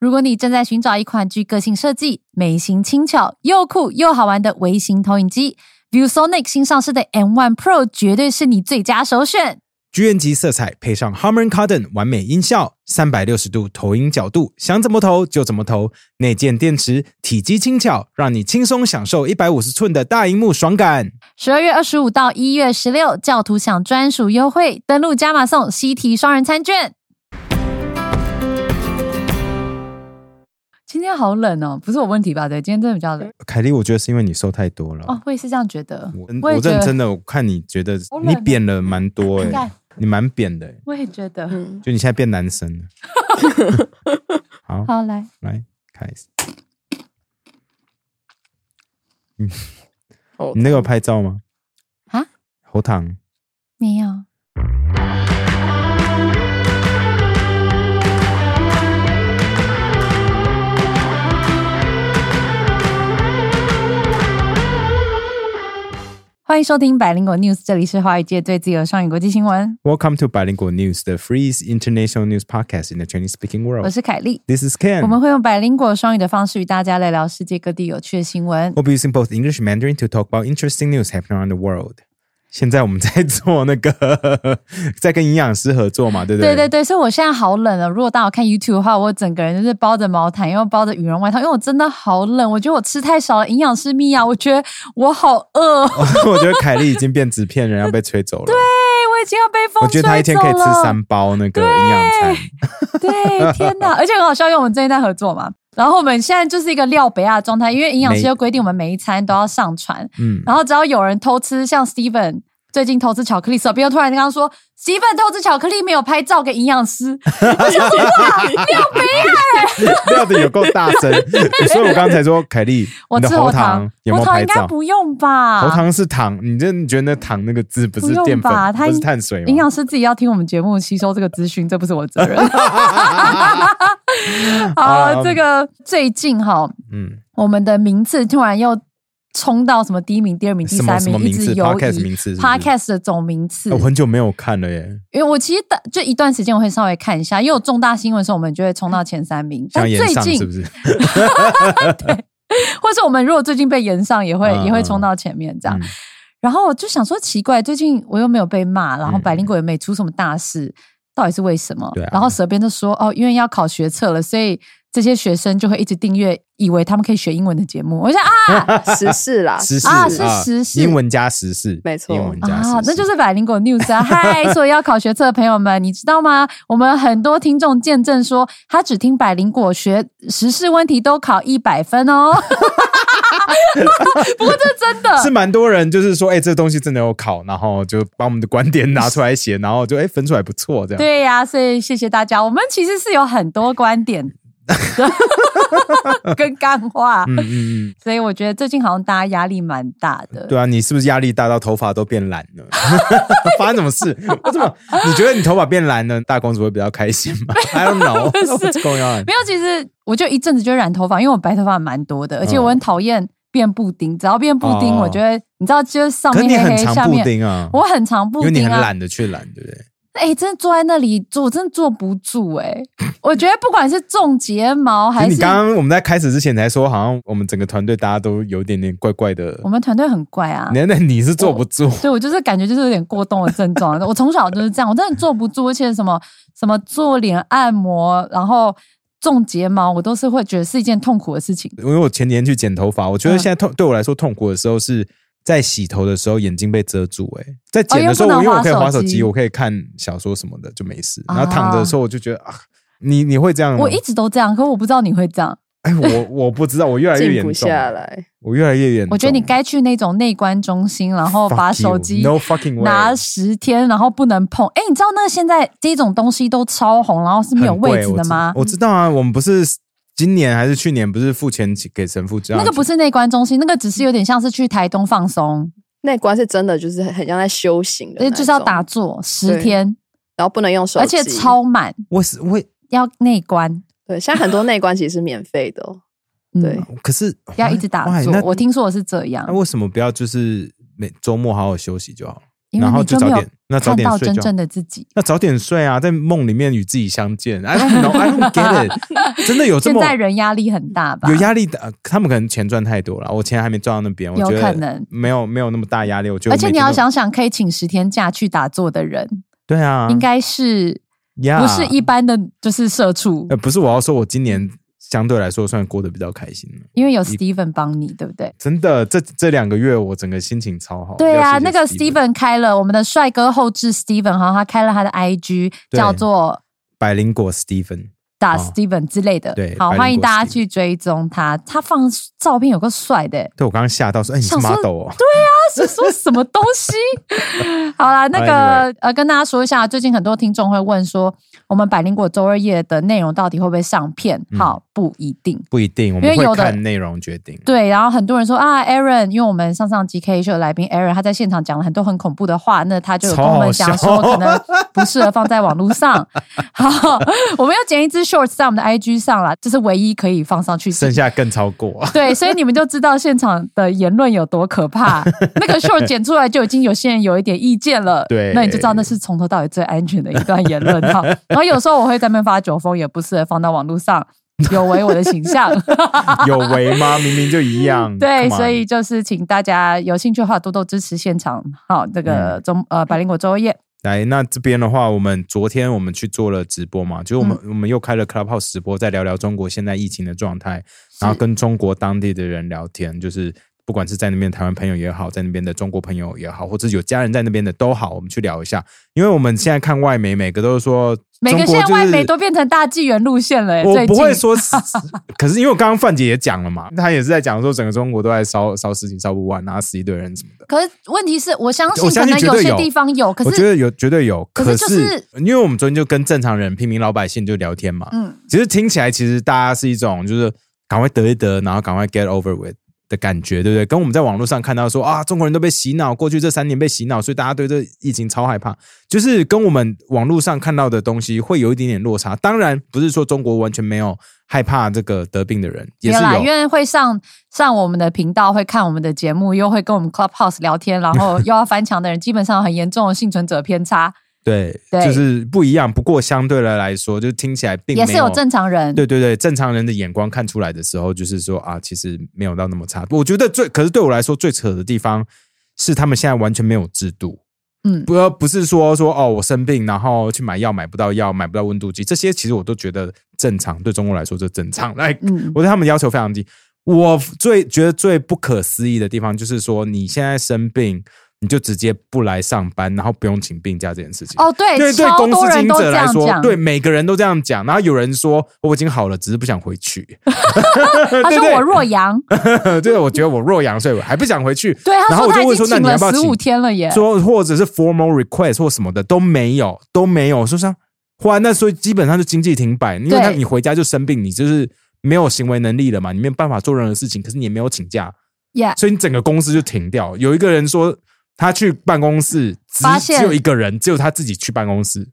如果你正在寻找一款具个性设计、美型轻巧、又酷又好玩的微型投影机，ViewSonic 新上市的 M1 Pro 绝对是你最佳首选。剧院级色彩配上 Harman Kardon 完美音效，三百六十度投影角度，想怎么投就怎么投。内建电池，体积轻巧，让你轻松享受一百五十寸的大荧幕爽感。十二月二十五到一月十六，教徒享专属优惠，登录加码送西提双人餐券。今天好冷哦，不是我问题吧？对，今天真的比较冷凯莉，我觉得是因为你瘦太多了。哦，我也是这样觉得。我我也我觉得认真的，我看你觉得好冷你哦扁了蛮多哎、看你蛮扁的、欸，我也觉得。嗯就你现在变男生 了。好，好，来，来开始。哦你，那个有拍照吗？啊？喉糖，没有。欢迎收听百灵果 News，这里是华语界最自由的双语国际新闻。 Welcome to Bilingual News, the free international news podcast in the Chinese speaking 我 world. 是凯莉， This is 我们 Ken. 会用百灵果双语的方式与大家聊聊世界各地有趣的新闻。 We'll be using both English and Mandarin to talk about interesting news happening around the world. 现在我们在做那个， 在跟营养师合作嘛，对不对对对对，所以我现在好冷哦了。如果大家有看 YouTube 的话，我整个人就是包着毛毯，又包着羽绒外套，因为我真的好冷。我觉得我吃太少了，营养师蜜啊，我觉得我好饿， 哎， 我觉得凯莉已经变纸片人，要被吹走了。对，我已经要被风我吹觉走得了。她一天可以吃三包那个营养餐。 对，天哪！而且很好笑，因为我们最近在合作嘛，然后我们现在就是一个廖北亚的状态，因为营养师每又规定我们每一餐都要上传，嗯，然后只要有人偷吃，像 Steven 最近偷吃巧克力，手边又突然跟他说 Steven 偷吃巧克力没有拍照给营养师，料的有够大 声，所以我刚才说凯莉，我你的吃喉喉糖糖，有没喉有糖拍应该照？不用吧？喉糖是糖，你真的觉得那糖那个字不是不用淀粉吧，它不是碳水吗？营养师自己要听我们节目吸收这个资讯，这不是我的责 任。 啊好，这个最近哈，嗯，我们的名次突然又冲到什么第一名、第二名、第什么三什名，么一名直次游？Podcast 移名。次是不是 Podcast 的总名次哎，我很久没有看了耶，因为我其实大就一段时间我会稍微看一下，因为有重大新闻的时候，我们就会冲到前三名。但像最延上近，是不是？或是我们如果最近被延上，也会、嗯也会冲到前面这样。嗯然后我就想说，奇怪，最近我又没有被骂，然后嗯百灵果也没出什么大事，到底是为什么？对啊然后蛇边就说，哦，因为要考学测了，所以这些学生就会一直订阅，以为他们可以学英文的节目。我就想啊时事啦， 时事啊是时事英文加时事，没错英文加时事啊，那就是百灵果 news 啊！嗨，所有要考学测的朋友们，你知道吗？我们很多听众见证说，他只听百灵果学时事问题都考一百分 哦。不过这真的是蛮多人就是说，哎，这东西真的有考，然后就把我们的观点拿出来写，然后就哎分出来不错这样。对呀、所以谢谢大家。我们其实是有很多观点 跟干话，嗯嗯嗯，所以我觉得最近好像大家压力蛮大的。对啊，你是不是压力大到头发都变蓝了？发生什么事？为什么你觉得你头发变蓝了，大公主会比较开心吗？I don't know，不是 what's going on？没有，其实我就一阵子就染头发，因为我白头发蛮多的，而且我很讨厌变布丁。只要变布丁，嗯哦我觉得你知道，就是上可是面你黑很黑，下常布面丁啊，我很常布因为你丁很啊。懒得去染，对不对？哎、真的坐在那里坐，我真的坐不住哎、我觉得不管是种睫毛可还是是你刚刚我们在开始之前才说，好像我们整个团队大家都有点点怪怪的。我们团队很怪啊。那那你是坐不住，对我就是感觉就是有点过动的症状。我从小就是这样，我真的坐不住，而且什么什么做脸按摩，然后种睫毛，我都是会觉得是一件痛苦的事情。因为我前年去剪头发，我觉得嗯现在痛、对我来说痛苦的时候是在洗头的时候眼睛被遮住、欸，在剪的时候，哦因为不能我因为我可以滑滑手手机机，我可以看小说什么的就没事。啊然后躺着的时候，我就觉得啊，你你会这样吗？我一直都这样，可我不知道你会这样。哎， 我我不知道，我越来越静严不重，下来，我越来越严重。我觉得你该去那种内观中心，然后嗯 Fuck 把 you，手机 no fucking way 拿十天，然后不能碰。哎，你知道那个现在这种东西都超红，然后是没有很贵位置我的知吗？我知道啊，我们不是今年还是去年不是付钱给神父这样？那个不是内观中心，那个只是有点像是去台东放松，那关是真的就是很像在修行的而那且种，就是要打坐十对天，然后不能用手机，而且超满，我是我，要内观。对。现在很多内关其实是免费的、哦，嗯对可是要一直打 why？坐那。我听说我是这样那，为什么不要就是每周末好好休息就好了？因为然后你就没早有点，那早看点到睡真就好正。的自己。那早点睡啊，在梦里面与自己相见。I don't know, I don't get it。真的有这现么在人压力很大吧？有压力的、呃他们可能钱赚太多了，我钱还没赚到那边，我有觉可得能。没有没有那么大压力。我觉而得我且每你天要都，想想，可以请十天假去打坐的人，对啊，应该是呀不是一般的就是社畜啊呃，不是我要说，我今年相对来说算过得比较开心了。因为有 Steven 帮你，对不对？真的，这这两个月我整个心情超好。对啊，要谢谢那个 Steven Steven 开了我们的帅哥后置 Steven 哈，他开了他的 IG 对叫做百灵果 Steven，打哦 Steven 之类的，对好白灵果欢迎大家 Steven 去追踪他，他放照片有个帅的、对我刚刚吓到说，哎、你是想说啊 model 哦，是说什么东 西？好啦，那个呃，跟大家说一下，最近很多听众会问说，我们百灵果周二夜的内容到底会不会上片？嗯好，不一定。不一定，我们因为有会的看内容决定。对，然后很多人说啊，Aaron，因为我们上上集 K 秀的来宾 Aaron，他在现场讲了很多很恐怖的话，那他就有跟我们讲超说，好笑可能 不适合放在网络上。 好，我们要剪一支 shorts 在我们的 IG 上啦，这是唯一可以放上去的。剩下更超过。 对，所以你们就知道现场的言论有多可 怕。那个 short 剪出来就已经有些人有一点意见了，对那你就知道那是从头到尾最安全的一段言论 哈。然后有时候我会在那边发酒疯，也不适合放到网络上，有违我的形象。有为 吗？明明就一样。对，嗯 Come on 所以就是请大家有兴趣的话多多支持现场，好，这个嗯中、呃百灵果周夜，来，那这边的话，我们昨天我们去做了直播嘛，就是我们、嗯我们又开了 Clubhouse 直播，再聊聊中国现在疫情的状态，然后跟中国当地的人聊天，就是不管是在那边的台湾朋友也好，在那边的中国朋友也好，或者有家人在那边的都好，我们去聊一下，因为我们现在看外媒，每个都是说每个中国现在外就是媒都变成大纪元路线了、欸，我最不会近。 说是，可是因为我刚刚范姐也讲了嘛，她也是在讲说整个中国都在烧烧事情烧不完，然后啊死一堆人什么的。可是问题是我相信，我相可信能绝对些有地方有，可我觉是得有绝对有，可可是就是因为我们昨天就跟正常人、平民老百姓就聊天嘛，嗯，其实听起来其实大家是一种就是赶快得一得，然后赶快 get over with。的感觉，对不对？跟我们在网络上看到说啊，中国人都被洗脑，过去这三年被洗脑，所以大家对这疫情超害怕，就是跟我们网络上看到的东西会有一点点落差。当然，不是说中国完全没有害怕这个得病的人，也没是有啦，有因。为会上上我们的频道，会看我们的节目，又会跟我们 Clubhouse 聊天，然 后又要翻墙的人，基本上很严重的幸存者偏差，对，对就是不一样。不过相对来来说，就听起来并也没是有正常人。对对对，正常人的眼光看出来的时候，就是说啊，其实没有到那么差。我觉得最，可是对我来说最扯的地方是，他们现在完全没有制度。嗯不不是说说哦，我生病然后去买药买不到药，买不到温度计，这些其实我都觉得正常，对中国来说这正常。来、嗯，我对他们要求非常低。我最觉得最不可思议的地方就是说，你现在生病，你就直接不来上班，然后不用请病假这件事情。哦，对，对对，超公多司人经营都者这来样说，讲，对每个人都这样讲。然后有人说我已经好了，只是不想回去。 他对说对我弱阳，对，我觉得我若阳，所以我还不想回去。对，他然后说我他就已问说经那请你要了不要十请五天了耶，说或者是 formal request 或什么的都没有，都没有。说像后来啊那所以基本上就经济停摆，因为对他你回家就生病，你就是没有行为能力了嘛，你没有办法做任何事情，可是你也没有请假，耶，所以你整个公司就停掉。有一个人说他去办公室，只发现只有一个人，只有他自己去办公室。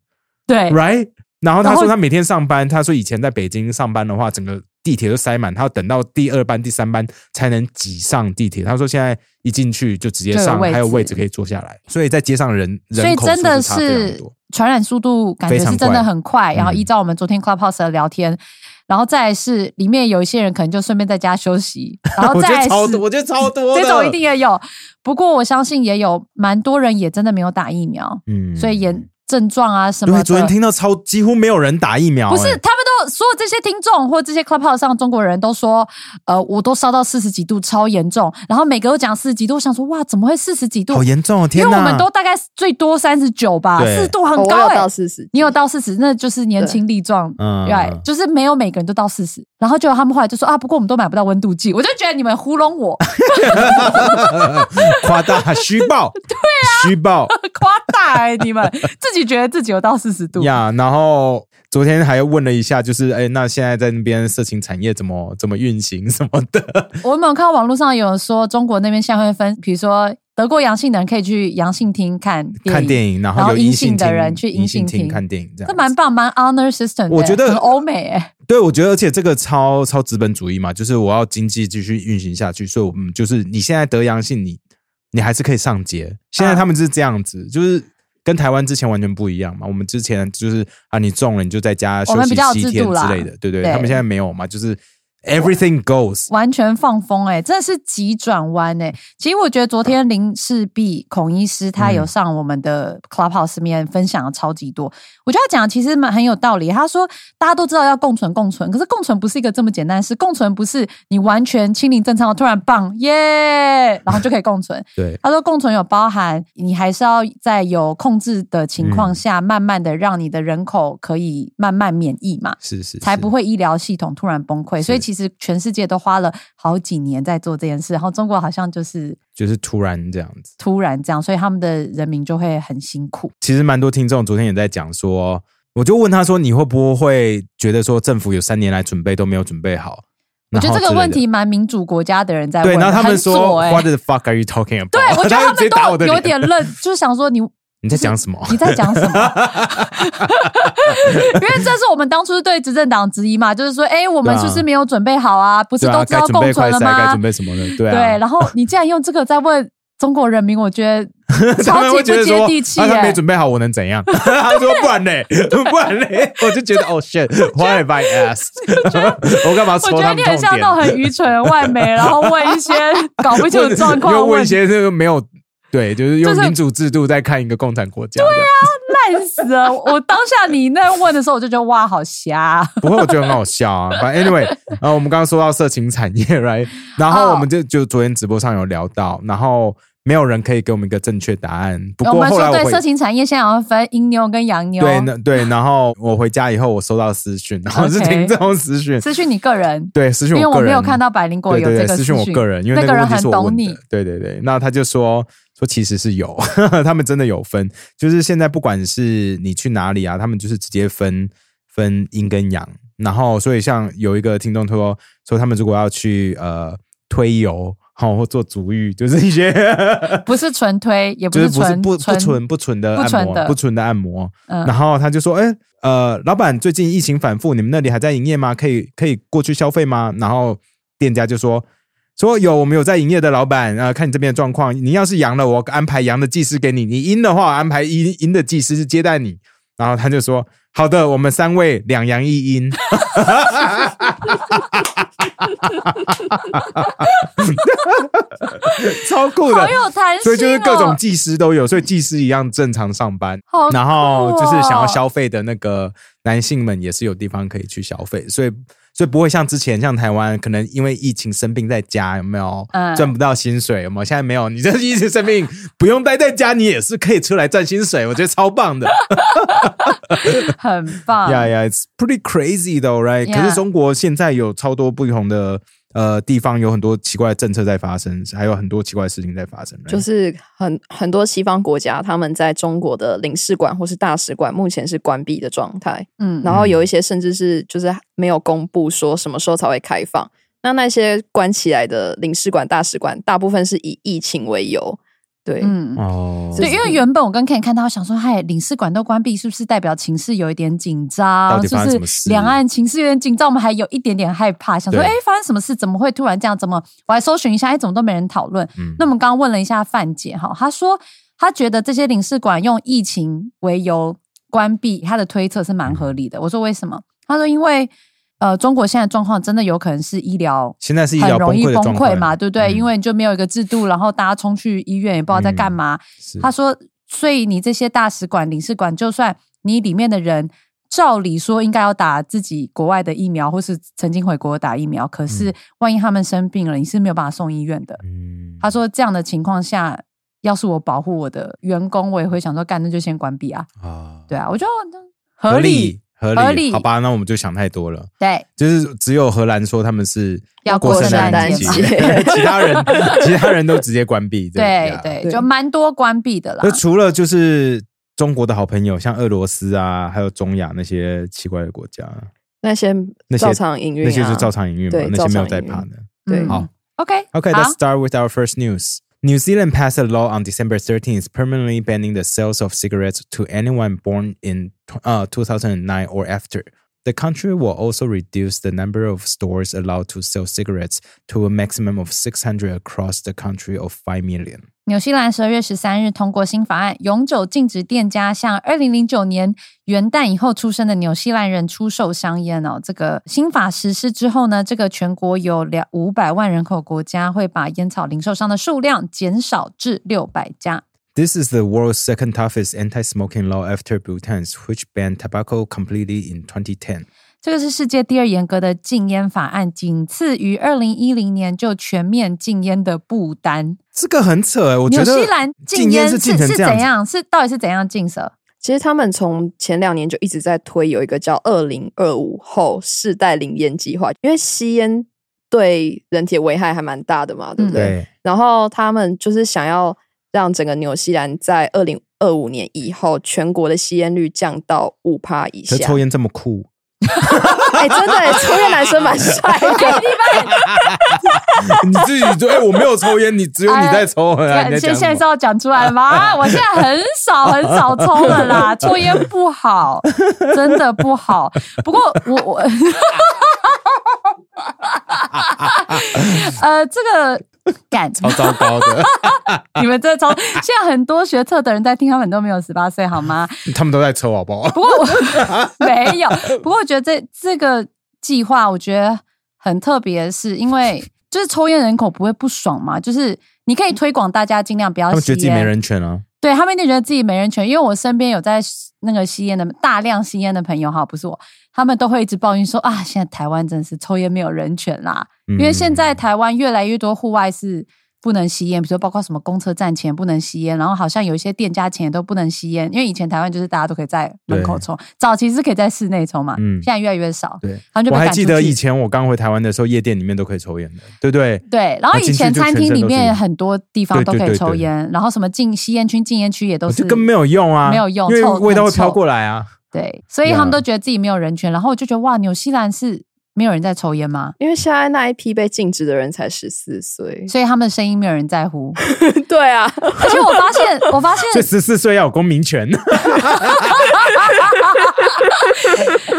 对， right？然后他哎然后说他每天上班，他说以前在北京上班的话，整个地铁都塞满，他要等到第二班、第三班才能挤上地铁。他说现在一进去就直接就有上，位置还有位置可以坐下来，所以在街上人所以人口真的数差非常是多。传染速度感觉非常是真的很快。快然后嗯依照我们昨天 Clubhouse 的聊天，然后再来是里面有一些人可能就顺便在家休 息，然后我再觉来得是超多，我觉得超多的，这种一定也有。不过我相信也有蛮多人也真的没有打疫苗，嗯所以炎症状啊什么对的。昨天听到超几乎没有人打疫苗、不是，哎他们都所有这些听众或这些 clubhouse 上中国人都说，呃，我都烧到四十几度，超严重。然后每个都讲四十几度，我想说哇，怎么会四十几度好？严重哦！天因为哪，我们都大概最多三十九吧，对四度 很哦我高、有欸。到四十，你有到四十，那就是年轻力壮。嗯对，就是没有每个人都到四十，然后就他们后来就说啊，不过我们都买不到温度计， 我就觉得你们糊弄我， 夸大虚 报，对啊，虚报。夸大哎、你们自己觉得自己有到四十度 呀然后昨天还问了一下，就是哎，那现在在那边色情产业怎么怎么运行什么 的？我们有看到网络上有人说，中国那边现在会分，比如说得过阳性的人可以去阳性厅看电影，看电影，然然后后有阴性性的厅人去阴阴性性厅看电影，这样这蛮棒，蛮 honor system 的。我觉得很欧美哎、对，我觉得而且这个超超资本主义嘛，就是我要经济继续运行下去，所以我们就是你现在得阳性，你你还是可以上街。现在他们是这样子，就是跟台湾之前完全不一样嘛。我们之前就是啊，你中了你就在家我休们息比较有七制天度啦之类的，对对。对他们现在没有嘛，就是 everything goes。完全放风哎、真的是急转弯哎。其实我觉得昨天林世璧孔医师他有上我们的 Clubhouse 面分享了超级多，我觉得他讲的其实蛮很有道理。他说大家都知道要共存共存，可是共存不是一个这么简单的事，共存不是你完全清零正常突然棒耶，然后就可以共存。对，他说，共存有包含你还是要在有控制的情况下，慢慢的让你的人口可以慢慢免疫嘛。是是，才不会。会医疗系统突然崩溃。所以其实全世界都花了好几年在做这件事，然后中国好像就是就是突然这样子。突然这样，所以他们的人民就会很辛苦。其实蛮多听众昨天也在讲说，我就问他说，你会不会觉得说政府有三年来准备都没有准备好？我觉得这然后个之类问的题蛮民主国家的人在问对，的，然后他们很说、左欸 What the fuck are you talking about？对，我觉得他他直接打我们的都脸有点愣，就是想说你你在讲什么？你在讲什么？ 因为这是我们当初对执政党质疑嘛，就是说，哎、我们对啊是不是没有准备好啊？不是对都啊，知该道准备共存快了筛，该吗？准备什么的？对对啊，然后你竟然用这个在问中国人民，我觉得 他超们级会不觉得接说地气、欸啊，耶。他没准备好，我能怎样？ 他说不然嘞，不然嘞， 我就觉得 哦 shit，why have I asked？我 干嘛我戳觉他得们你痛很像点那？种很愚蠢的外媒，然后问 一些搞不清楚状况又的问问一题，些这个没有对，就是用就是民主制度在看一个共产国家。对啊，烂死了！我当下你那问的时候，我就觉得哇，好瞎啊、不过我觉得很好笑啊。反正 anyway，呃，我们刚刚说到色情产业，right？然后哦我们就就昨天直播上有聊到，然后没有人可以给我们一个正确答案。不我过们后来说我对回色情产业现在好像分阴妞跟阳妞，对那对，然后我回家以后我收到私讯，然后是 OK 听这种私讯，私讯你个人，对私讯因为我个我人，没有看到百灵果对有对这对，个私私讯讯，我个人，因为那个个问人题很是我问懂的你，，对对对，那他就说说其实是有， 他们真的有分，就是现在不管是你去哪里啊，他们就是直接分分阴跟阳，然后所以像有一个听众说说他们如果要去呃推油。 好，或做足浴，就是一些，不是纯推，也就是不是纯不不纯纯不纯的不按纯摩，的不纯的按摩，嗯然后他就说：“哎、呃，老板，最近疫情反复，你们那里还在营业吗？可以可以过去消费吗？”然后店家就说：“说有，我们有在营业的老板啊、呃看你这边的状况，你要是阳了，我安排阳的技师给你；你阴的话，我安排阴阴的技师去接待你。”然后他就说：“好的，我们三位两阳一阴。” 超酷的好，有弹性、哦，所以就是各种技师都有，所以技师一样正常上班。好酷哦然后就是想要消费的那个男性们也是有地方可以去消费，所以所以不会像之前像台湾，可能因为疫情生病在家有没有嗯赚不到薪水有没有？现在没有，你就是一直生病不用待在家，你也是可以出来赚薪水，我觉得超棒的。嗯很棒。 Yeah, yeah, it's pretty crazy though, right? Yeah. 可是中国现在有超多不同的呃地方，有很多奇怪的政策在发生，还有很多奇怪的事情在发生。right？就是很很多西方国家，他们在中国的领事馆或是大使馆目前是关闭的状态，嗯，然后有一些甚至是就是没有公布说什么时候才会开放。那那些关起来的领事馆、大使馆，大部分是以疫情为由，对，嗯。哦，对，就是因为原本我跟 Ken 看到，我想说，哎嗨，领事馆都关闭，是不是代表情势有一点紧到张？底是发生什么不事是两岸情势有点紧张？我们还有一点点害怕，想说，对哎，发生什么事？怎么会突然这样？怎么？我还搜寻一下，哎，怎么都没人讨论？嗯那我们刚刚问了一下范姐哈，她说她觉得这些领事馆用疫情为由关闭，她的推测是蛮合理的。我说为什么？她说因为呃，中国现在状况真的有可能是医疗现在是医疗很崩容易溃的崩状溃况嘛，对不对？嗯因为你就没有一个制度，然后大家冲去医院也不知道在干嘛。是他说，所以你这些大使馆、领事馆，就算你里面的人照理说应该要打自己国外的疫苗，或是曾经回国打疫苗，可是万一他们生病了，你是没有办法送医院的。嗯他说这样的情况下，要是我保护我的员工，我也会想说，干那就先关闭啊，啊，对啊，我觉得合合理，合合理，理好吧，那我们就想太多了。对，就是只有荷兰说他们是要过过圣圣诞诞节，节 其他人其他人都直接关闭。对呀对，对就蛮多关闭的啦那。除了就是中国的好朋友，像俄罗斯啊，还有中亚那些奇怪的国家，那些那些照常营运、啊，那些就照常营运嘛对，那些没有在照常营运怕的。对嗯好，OK， Okay, 好 let's start with our first news. New Zealand passed a law on December 13th permanently banning the sales of cigarettes to anyone born in tw- uh, 2009 or after. The country will also reduce the number of stores allowed to sell cigarettes to a maximum of 600 across the country of 5 million. 纽西兰十二月十三日通过新法案，永久禁止店家向二零零九年元旦以后出生的纽西兰人出售香烟哦。这个新法实施之后呢，这个全国有两五百万人口国家会把烟草零售商的数量减少至六百家。 This is the world's second toughest anti smoking law after Bhutan's, which banned tobacco completely in 2010. 这个是世界第二严格的禁烟法案，仅次于二零一零年就全面禁烟的不丹。这个很扯哎、我觉纽得西兰禁禁烟是禁成是这样怎子，样？是到底是怎样禁 蛇？其实他们从前两年就一直在推有一个叫“二零二五后世代零烟计划”，因为吸烟对人体的危害还蛮大的嘛，对不嗯对？对，然后他们就是想要让整个纽西兰在二零二五年以后，全国的吸烟率降到五趴以可下是。抽烟这么酷，哎、真的耶，抽烟男生蛮帅的。 你自己就哎、我没有抽烟，你只有你在抽，哎、你在现讲现在什是么？要讲出来 吗？啊我现在很少很少抽了啦，抽烟不好，真的不好。不过我我， 呃，这个感超糟 糕的，你们这从现在很多学测的人在听，他们都没有十八岁好 吗？他们都在抽，好不好？不过我没有，不过我觉得这这个计划，我觉得很特别，是因为就是抽烟人口不会不爽嘛，就是你可以推广大家尽量不要他吸烟，们觉得自己没人权啊，对他们一定觉得自己没人权，因为我身边有在那个吸烟的大量吸烟的朋友哈，不是我，他们都会一直抱怨说啊，现在台湾真是抽烟没有人权啦，嗯因为现在台湾越来越多户外是不能吸烟，比如说包括什么公车站前不能吸烟，然后好像有一些店家前也都不能吸烟，因为以前台湾就是大家都可以在门口对抽，早期是可以在室内抽嘛，嗯现在越来越少，对，他们就被我还赶记出得去以前我刚回台湾的时候，夜店里面都可以抽烟的，对不对？对，然后以那啊进去前就餐全厅身里都是面烟很多地方对都对可以对抽对烟，然然后什么禁吸烟区、禁烟区也都我是就更没有用啊，没有用因为臭味道会很臭飘过来啊。对，所以他们 Yeah 都觉得自己没有人权。然后我就觉得哇，纽西兰是没有人在抽烟吗？因为现在那一批被禁止的人才十 四岁，所以他们的声音没有人在乎。对啊，而且我发 现，我发现所以十四岁要有公民权，啊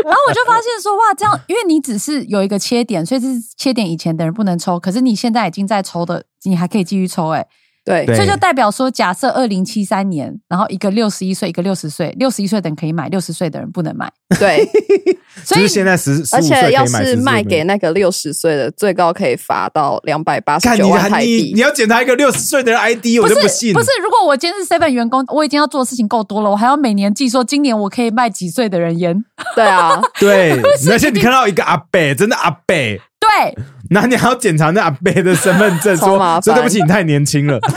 然后我就发现说，哇，这样，因为你只是有一个切点，所以这是切点以前的人不能抽，可是你现在已经在抽的，你还可以继续抽、欸，对对所以就代表说，假设二零七三年，然后一个六十一岁，一个六十岁，六十一岁的人可以买，六十岁的人不能买，对，所以就是现在十，而15岁可且以要买是14卖岁给那个六十岁的，最高可以罚到两百八十看九你万还台你你币。要检查一个六十岁的人 ID，我就信。不是，如果我今天是 seven 员工，我已经要做的事情够多了，我还要每年记说今年我可以卖几岁的人烟，对啊，对，而且你看到一个阿伯，真的阿伯，对， 然后你还要检查那阿伯的身份证，超麻说烦说对不起，你太年轻了，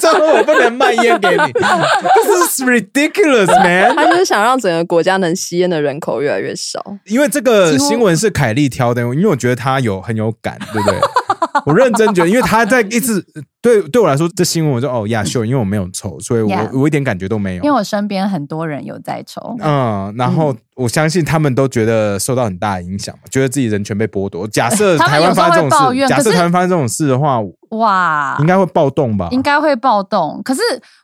这样我不能卖烟给 你。This is ridiculous, man！他就是想让整个国家能吸烟的人口越来越少。因为这个几乎新闻是凯莉挑的，因为我觉得她有很有感，对 不对？我认真觉得，因为她在一直对对我来说，这新闻我说哦呀秀，因为我没有抽，所以我 Yeah 我一点感觉都没因有为。我身边很多人有在抽，嗯，然后我相信他们都觉得受到很大的影响嘛，觉得自己人权被剥夺。假设他们台有湾时候发生这会抱种事，怨假可设是台湾发生这种事的话，哇，应该会暴动吧？应该会暴动。可是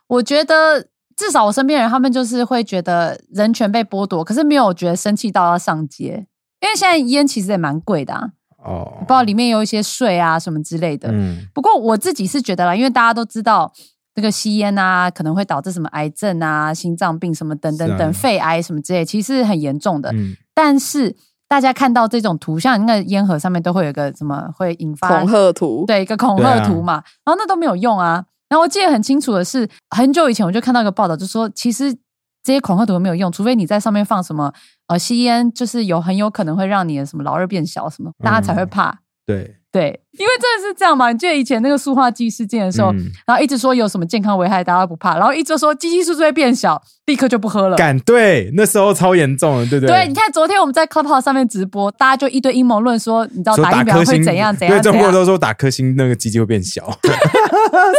我觉得，至少我身边人他们就是会觉得人权被剥夺，可是没有觉得生气到要上街，因为现在烟其实也蛮贵的、啊，哦不知，道里面有一些税啊什么之类的。嗯，不过我自己是觉得啦，因为大家都知道。这个吸烟啊，可能会导致什么癌症啊、心脏病什么等等是啊等，肺癌什么之类，其实是很严重的。嗯，但是大家看到这种图像，那个烟盒上面都会有一个什么会引发恐吓图，对，一个恐对吓啊图嘛，然后那都没有用啊。然后我记得很清楚的是，很久以前我就看到一个报道，就说其实这些恐吓图没有用，除非你在上面放什么呃吸烟，就是有很有可能会让你的什么老二变小什么，大家才会嗯怕。对，对，因为真的是这样嘛？你记得以前那个塑化剂事件的时候，嗯然后一直说有什么健康危害，大家不怕，然后一直说鸡鸡是不是会变小，立刻就不喝了。敢对，那时候超严重的，对不对，你看昨天我们在 Clubhouse 上面直播，大家就一堆阴谋论说，你知道说打疫苗颗会星怎样怎因样为怎中国样，都说打颗星那个鸡鸡会 变小，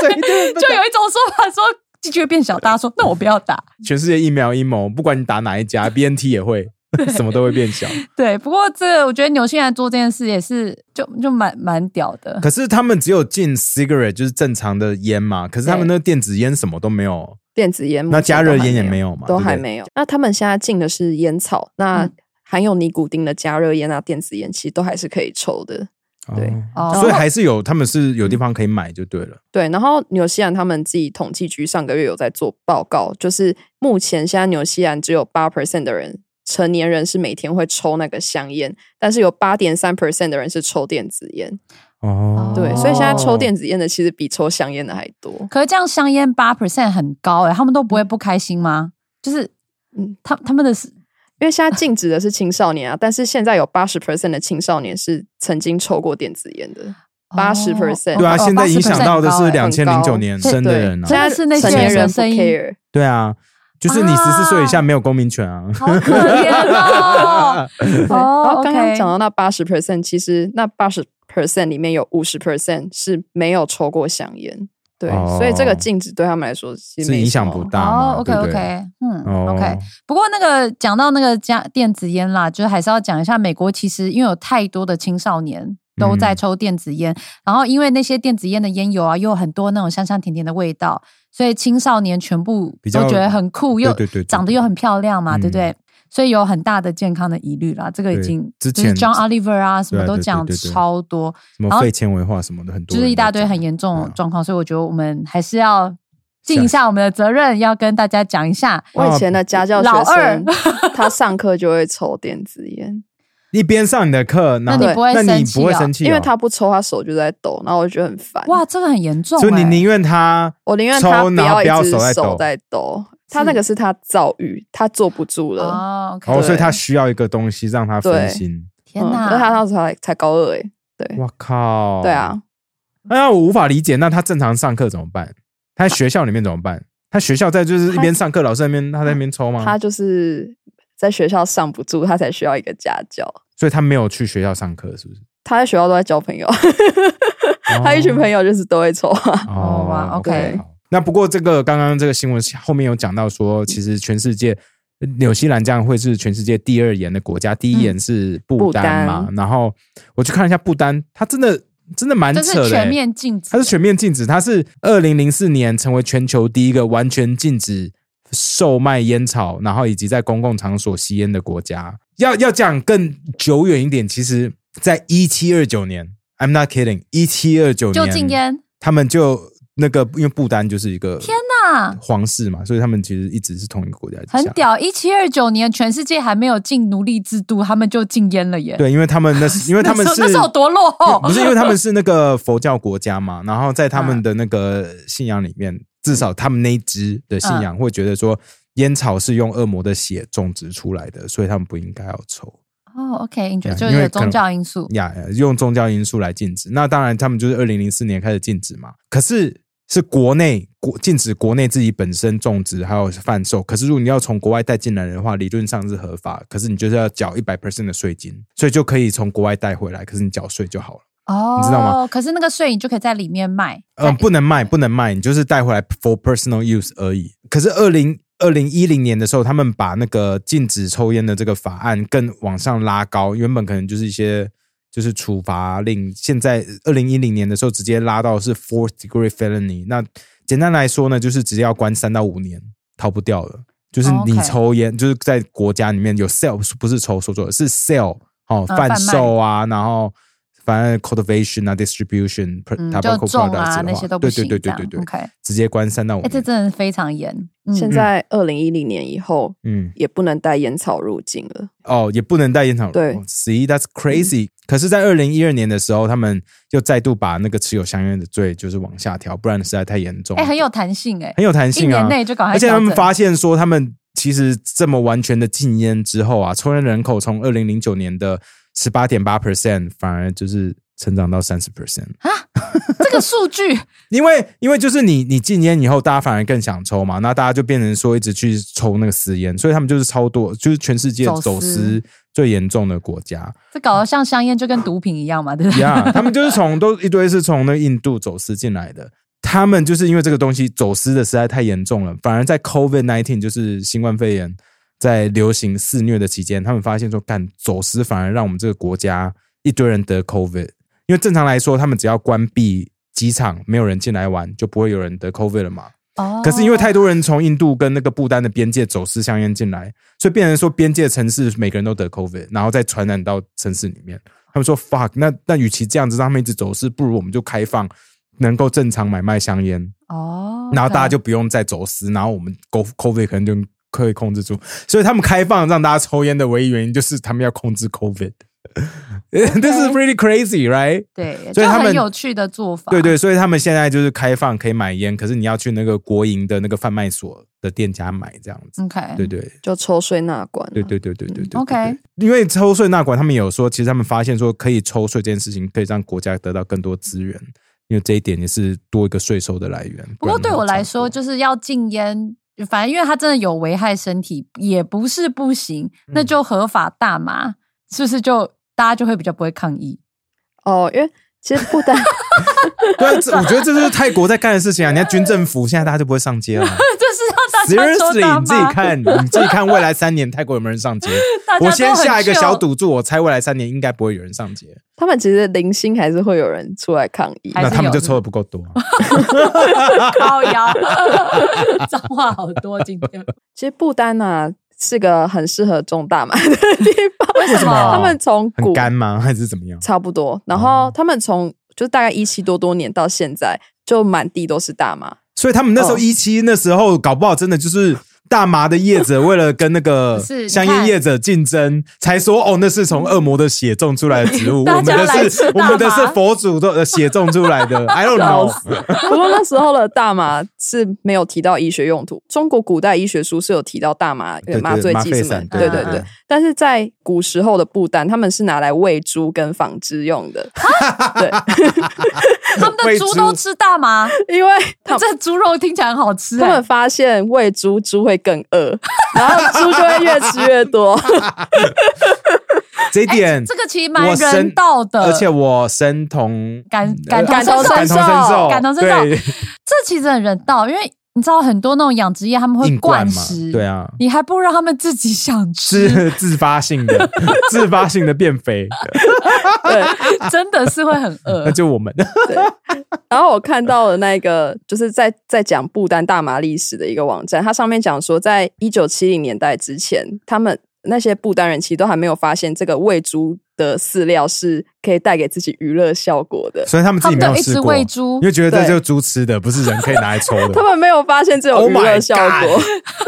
所以对就有一种说法说鸡鸡会变小，大家说那我不要打。 全世界疫苗阴谋，不管你打哪一家，BNT 也会，什么都会变 小。对，不过这我觉得纽西兰做这件事也是就就蛮蛮屌的。可是他们只有禁 cigarette，就是正常的烟嘛，可是他们那个电子烟什么都没有，电子烟，嗯那加热烟也没没有嘛都对不对还没有。那他们现在禁的是烟草，那嗯含有尼古丁的加热烟啊、电子烟，其实都还是可以抽的。对哦所以还是有他们是有地方可以买就对了。对，然后纽西兰他们自己统计局上个月有在做报告，就是目前现在纽西兰只有八 percent 的人成年人是每天会抽那个香烟，但是有八点三 percent 的人是抽电子烟。哦，对，所以现在抽电子烟的其实比抽香烟的还多。可是这样香烟八 percent 很高哎、他们都不会不开心吗？就是，嗯嗯，他他们的是因为现在禁止的是青少年啊，但是现在有八十 percent 的青少年是曾经抽过电子烟的。80%哦对啊，现在影响到的是两很千零高九 年对生的人啊对，真的是那些成年人人的不声音 care，对啊，就是你十四岁以下没有公民权啊。好可怜 哦。 对哦然后刚刚 OK 讲到那八十 percent，其实那八十 percent 里面有五十 percent 是没有抽过香烟，对，哦所以这个禁止对他们来说其实是没影什响么不大嘛哦，OK 对不对 OK，嗯哦，OK。不过那个讲到那个加电子烟啦，就是还是要讲一下，美国其实因为有太多的青少年都嗯在抽电子烟，然后因为那些电子烟的烟油啊，又有很多那种香香甜甜的味道，所以青少年全部比都较觉得很酷，又对对对对长得又很漂亮嘛，嗯对不对？所以有很大的健康的疑虑啦，这个已对经之就是前 John Oliver 啊，什对么啊都对对讲对对超多，什么然后肺纤维化什么的，很多就是一大堆人在讲很严重的对啊状况，所以我觉得我们还是要尽一下我们的责任，要跟大家讲一下。我以前的家教老学二生， 他上课就会抽电子烟，一边上你的课，那你不会那你生气不会哦生气哦，因为他不抽，他手就在抖，然后我就觉得很烦。哇，这个很严重、欸，所以你宁愿他我宁愿抽他然后不要一直手在抖手在抖，他那个是他躁郁，他坐不住了。哦，OK，哦，对所以他需要一个东西让他分对心。天哪，嗯那他那时候才才高二诶，对我靠！对啊，，那我无法理解，那他正常上课怎么办？他在学校里面怎么办？他学校在就是一边上课，老师在那边他在那边抽吗？他就是在学校上不住，他才需要一个家教。所以他没有去学校上课，是不是？他在学校都在交朋友，他哦一群朋友就是都会抽啊。哦哇，OK 好那不过这个刚刚这个新闻后面有讲到说，其实全世界呃纽西兰这样会是全世界第二严的国家，第一嗯严是不丹嘛。不然后我去看了一下不丹，它真的真的蛮这扯的、是欸，全面禁止，它是全面禁止，它是二零零四年成为全球第一个完全禁止售卖烟草，然后以及在公共场所吸烟的国家。要要讲更久远一点，其实，在一七二九年，I'm not kidding，一七二九年就禁，烟。他们就那个因为不丹就是一个天哪，皇室嘛，所以他们其实一直是同一个国家。很。屌！一七二九年，全世界还没有进奴隶制度，他们就禁烟了耶。，对，因为他们 那是因为他们是那时候有多哦嗯落后不是因为他们是那个佛教国家 嘛，然后在他们的那个信仰里面，至少他们那一支的信嗯仰会觉得说，烟草是用恶魔的血种植出来的，所以他们不应该要抽哦，OK，enjoy，对就因是为有可能宗教因素。呀用宗教因素来禁止。那当然，他们就是二零零四年开始禁止嘛，可是。是国内国禁止国内自己本身种植还有贩售，可是如果你要从国外带进来的话，理论上是合法，可是你就是要缴一百 percent 的税金，所以就可以从国外带回来，可是你缴税就好了。哦，你知道吗？可是那个税你就可以在里面卖。嗯，在不能卖，不能卖，你就是带回来 for personal use 而已。可是二零二零一零年的时候，他们把那个禁止抽烟的这个法案更往上拉高，原本可能就是一些就是处罚令，现在二零一零年的时候直接拉到是 fourth degree felony。那简单来说呢，就是直接要关三到五年，逃不掉了。就是你哦 OK 抽烟就是在国家里面有 sell，不是抽，说错了，是 sell 哦，嗯贩贩卖售啊，然后。反正 cultivation 啊，distribution、pro- 嗯，就 tobacco 种 products 的啊话那些都不行。这对对对样对对对 OK，直接关三到五哎，这年。真的非常严。 嗯现在二零一零年以后，嗯，也不能带烟草入境了。哦，也不能带烟草。哦对十一，That's crazy。可嗯是，在二零一二年的时候，他们又再度把那个持有香烟的罪就是往下调，不然实在太严重。哎，很有弹性哎，很有弹一性啊，年内就赶快而且他们调整发现说，他们其实这么完全的禁烟之后啊，抽烟人口从二零零九年的十八点八 percent 反而就是成长到三十 percent。这个数据，因为因为就是你你禁烟以后，大家反而更想抽嘛，那大家就变成说一直去抽那个私烟，所以他们就是超多，就是全世界走私走私最严重的国家。这搞得像香烟就跟毒品一样嘛，对不对？呀， 他们就是从都一堆是从那个印度走私进来的。他们就是因为这个东西走私的实在太严重了，反而在 COVID nineteen 就是新冠肺炎在流行肆虐的期间，他们发现说，干走私反而让我们这个国家一堆人得 COVID。因为正常来说，他们只要关闭机场，没有人进来玩，就不会有人得 COVID 了嘛。哦可是因为太多人从印度跟那个不丹的边界走私香烟进来，所以变成说边界城市每个人都得 COVID，然后再传染到城市里面。他们说 fuck，那那与其这样子让他们一直走私，不如我们就开放，能够正常买卖香烟，哦，然后大家 OK 就不用再走私，然后我们 go COVID 可能就可以控制住。所以他们开放让大家抽烟的唯一原因就是他们要控制 COVID。This is pretty crazy, right? 对，所就以他们很有趣的做法，对对，所以他们现在就是开放可以买烟，可是你要去那个国营的那个贩卖所的店家买这样子。 ，OK，对对就抽税纳管啊、对对对对对对对嗯 OK 因为抽税纳管，他们有说，其实他们发现说，可以抽税这件事情可以让国家得到更多资源，因为这一点也是多一个税收的来源。不过对我来说，就就是要禁烟，反正因为它真的有危害身体，也不是不行，嗯那就合法大麻，是不是就大家就会比较不会抗议？ 哦，因为其实不丹对啊，这我觉得这就是泰国在干的事情啊！你看军政府，现在大家就不会 上街了。就是让大家抽 Seriously，大你自己麻，看，你自己看未来三年泰国有没有人上街？啊 大家都我先很下一个 chill 小，赌注，我猜未来三年应该不会有人上街。 他们其实零星还是会有人出来抗议，还那是他们有就抽的不够多啊、高 腰，脏话好多今天，其实不丹啊是个很适合种大麻的地方，为什么他们从很古干 哦吗？还是怎么样？差不多，然后他们从就大概一七多多年到现在，就满地都是大麻，所以他们那时候哦一期那时候搞不好真的就是大麻的业 者为了跟那个是你香看烟业者竞争，才说哦那是从恶魔的血种出来的植物，我 大们家的来是吃我大麻们的是佛祖的血种出 来的。I don't 笑 know，死！不过那时候的大麻是没有提到医学用途，中国古代医学书是有提到大麻对对麻醉剂麻沸什么散，的，对对对对对。但是在古时候的不丹，他们是拿来喂猪跟纺织用的，对，他们的喂猪猪都吃大麻，因为他这猪肉听起来很好吃、他欸们。发现喂猪猪会更饿，然后猪就会越吃越多。这一点哎这个其实蛮我深人道的，而且我身同感呃感同身受感同身受，感同身受对这其实很人道，因为你知道很多那种养殖业他们会硬灌嘛食，，对啊，你还不如让他们自己想吃，是自发性的，自发性的变肥，对， 真的是会很那 饿。就我们。然后我看到了那个，就是在在讲不丹大麻历史的一个网站，它上面讲说，在一九七零年代之前，他们那些不丹人其实都还没有发现这个喂猪的饲料是可以带给自己娱乐效果 的，所以他们自他己们都没有一试直过，喂因猪，为觉得这对就是猪吃的，不是人可以拿来抽的。哦 他们没有发现这有 Oh 娱 my 乐效果。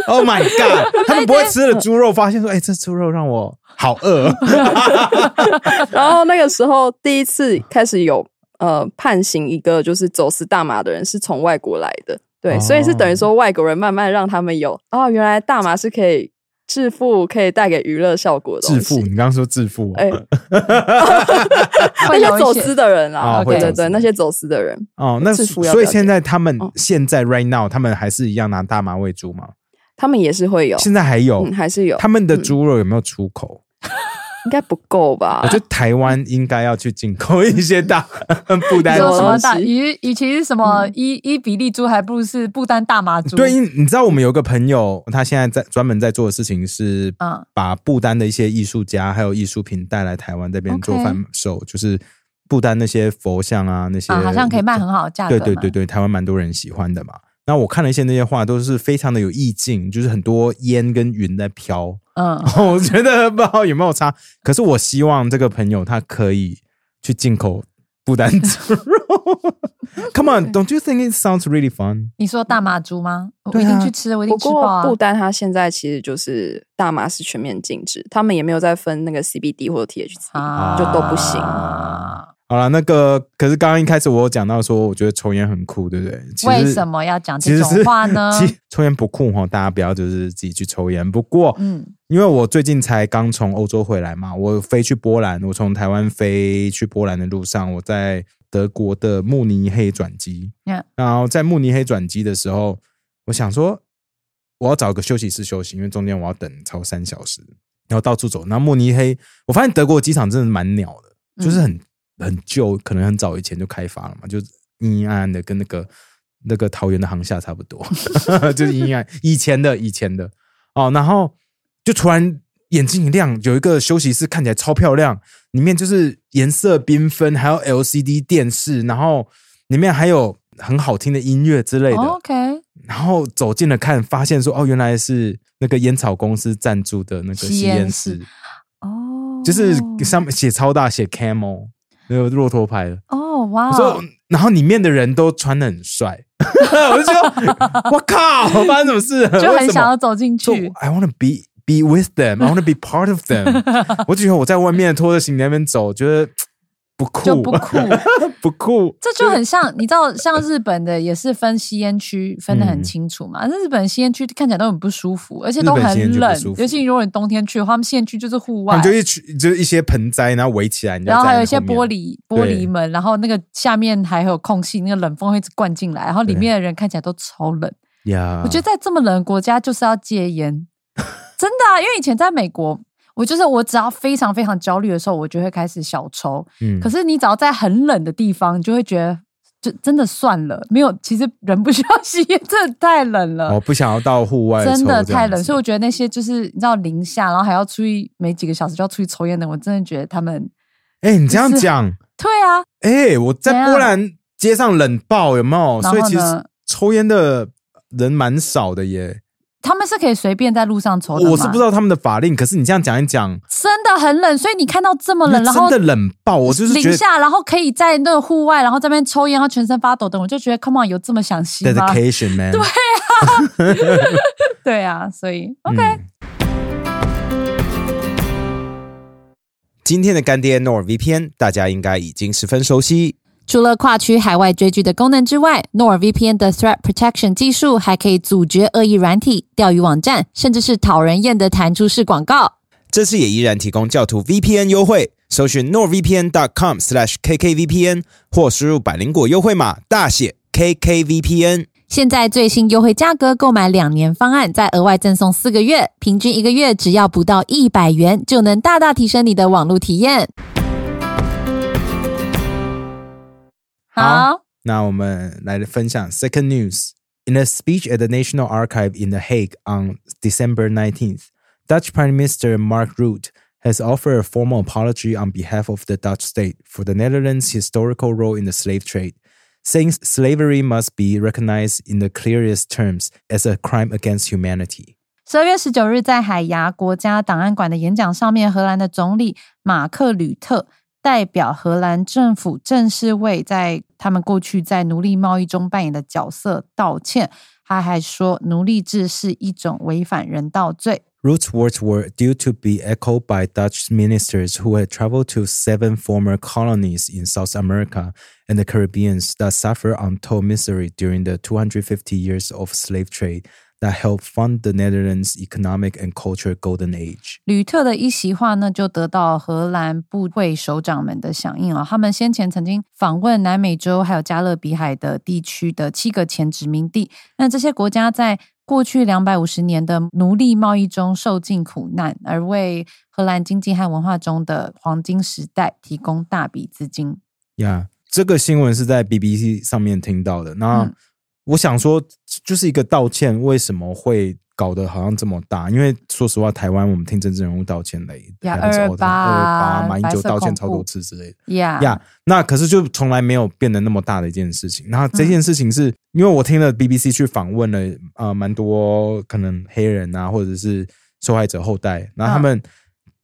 Oh my god！他 们不会吃了猪肉，发现说，哎、这猪肉让我好 饿。然后那个时候第一次开始有呃判刑一个就是走私大麻的人是从外国来的，对，哦所以是等于说外国人慢慢让他们有哦，原来大麻是可以致富，可以带给娱乐效果的致东富，西。你刚刚说致富、哎，会有那些一走些私的人啊啦，会对走对私对，那些走私的人，哦，那致富要所以了解现在他们嗯现在 right now 他们还是一样拿大麻喂猪吗？他们也是会有，现在还有、嗯，还是有，他们的猪肉有没有出口？应该不够吧我？觉得台湾应该要去进口一些大 不你丹说什有啊猪。么大东西与与其是什么伊伊比利猪，还不如是不丹大麻猪。嗯对，因你知道我们有个朋友，他现在在专门在做的事情是嗯，把不丹的一些艺术家还有艺术品带来台湾这边做 OK 贩售，就是不丹那些佛像啊那些，啊，好像可以卖很好的价格对嘛。对对对，台湾蛮多人喜欢的嘛。那我看了一些那些画，都是非常的有意境，就是很多烟跟云在飘。嗯， 我觉得不知道有没有差，可是我希望这个朋友他可以去进口不丹 猪 肉。Come on, don't you think it sounds really fun？你说大麻猪吗？我对一啊定去吃，我一定不吃爆过啊不！丹它现在其实就是大麻是全面禁止，他们也没有再分那个 CBD 或者 THC，啊，就都不行好了，那个可是刚刚一开始我有讲到说，我觉得抽烟很酷，对不对？其实为什么要讲其这实种是 话呢？其抽烟不酷哈，大家不要就是自己去抽烟。不过，嗯因为我最近才刚从欧洲回来嘛，我飞去波兰，我从台湾飞去波兰的路上，我在德国的慕尼黑转机。 Yeah 然后在慕尼黑转机的时候，我想说我要找个休息室休息，因为中间我要等超三小时，然后到处走。然后慕尼黑，我发现德国机场真的蛮鸟的，就是很、很旧，可能很早以前就开发了嘛，就是阴阴暗暗的，跟那个那个桃园的航厦差不多，就是阴阴暗以前的以前的哦。然后就突然眼睛一亮，有一个休息室看起来超漂亮，里面就是颜色缤纷，还有 LCD 电视，然后里面还有很好听的音乐之类的。哦，OK，然后走近了看，发现说哦，原来是那个烟草公司赞助的那个吸吸烟烟室室，哦，就是上面写超大写 camel，那个骆驼牌的。哦哇我哦说，然后里面的人都穿的很帅， 我就 觉得我靠，发生什么事了？就为很什想么要走进说去。 I want to be be with them, I want to be part of them 。我就觉得我在外面拖着行李在那边走，觉得不酷，就不 酷不酷。这就很像，你知道，像日本的也是分吸烟区分得很嗯清楚嘛。那、日本吸烟区看起来都很不舒服，而且日都本吸烟很区不冷舒，服尤其如果你冬天去的话，他们吸烟区就是户外他们，就一群，就是一些盆栽，然后围起来，你就然后还有一在些那后玻面，璃玻对璃门，然后那个下面还有空隙，那个冷风会一直灌进来，然后里面的人看起来都超冷。呀我觉得在这么冷的国家就是要戒烟，真的、啊，因为以前在美国。我就是我，只要非常非常焦虑的时候，我就会开始小抽。嗯可是你只要在很冷的地方，你就会觉得就真的算了，没有。其实人不需要吸烟，真的太冷了，我不想要到户外哦抽这样真子，的太冷。所以我觉得那些就是你知道零下，然后还要出去没几个小时就要出去抽烟的，我真的觉得他们哎、你这样讲，对啊。哎、我在波兰街上冷爆，有没有？然所以后其呢实抽烟的人蛮少的耶。他们是可以随便在路上抽的哦吗哦我是不知道他们的法令，可是你这样讲一讲，真的很冷，所以你看到这么哦冷，然那后真的冷爆，我就是觉零得下，然后可以在那个户外，然后在那边抽烟，然后全身发抖的，我就觉得 Come on，有这么想吸吗？ dedication man。对对啊，所以 OK，、嗯今天的干爹 NordVPN，大家应该已经十分熟悉。除了跨区海外追剧的功能之外，NordVPN 的 Threat Protection 技术还可以阻绝恶意软体、钓鱼网站，甚至是讨人厌的弹出式广告。这次也依然提供教徒 VPN 优惠，搜寻 nordvpn.com/kkvpn 或输入百灵果优惠码大写 KKVPN。现在最新优惠价格，购买两年方案，再额外赠送四个月，平均一个月只要不到一百元，就能大大提升你的网络体验。好好，那我们来分享 second news. In a speech at the National Archive in The Hague on December 19th, Dutch Prime Minister Mark Rutte has offered a formal apology on behalf of the Dutch state for the Netherlands' historical role in the slave trade, saying slavery must be recognized in the clearest terms as a crime against humanity. 十二月十九日，在海牙国家档案馆的演讲上面，荷兰的总理马克·吕特代表荷兰政府，正式为在他们过去在奴隶贸易中扮演的角色道歉。他还说，奴隶制是一种违反人道罪。 Root's words were due to be echoed by Dutch ministers who had traveled to seven former colonies in South America and the Caribbean that suffered untold misery during the 250 years of slave trade that helped fund the Netherlands' economic and cultural golden age. 吕特的一席话呢，就得到荷兰部会首长们的响应啊、他们先前曾经访问南美洲还有加勒比海的地区的七个前殖民地，那这些国家在过去两百五十年的奴隶贸易中受尽苦难，而为荷兰经济和文化中的黄金时代提供大笔资金。 Yeah，这个新闻是在 BBC 上面听到的。那、嗯我想说，就是一个道歉，为什么会搞得好像这么大？因为说实话，台湾我们听政治人物道歉的也呀还228不少的，二八啊马英啊白九色道歉恐超怖多次之类的。 Yeah，, 呀那可是就从来没有变得那么大的一件事情。然后这件事情是、因为我听了 BBC 去访问了呃蛮多可能黑人啊，或者是受害者后代，然后他们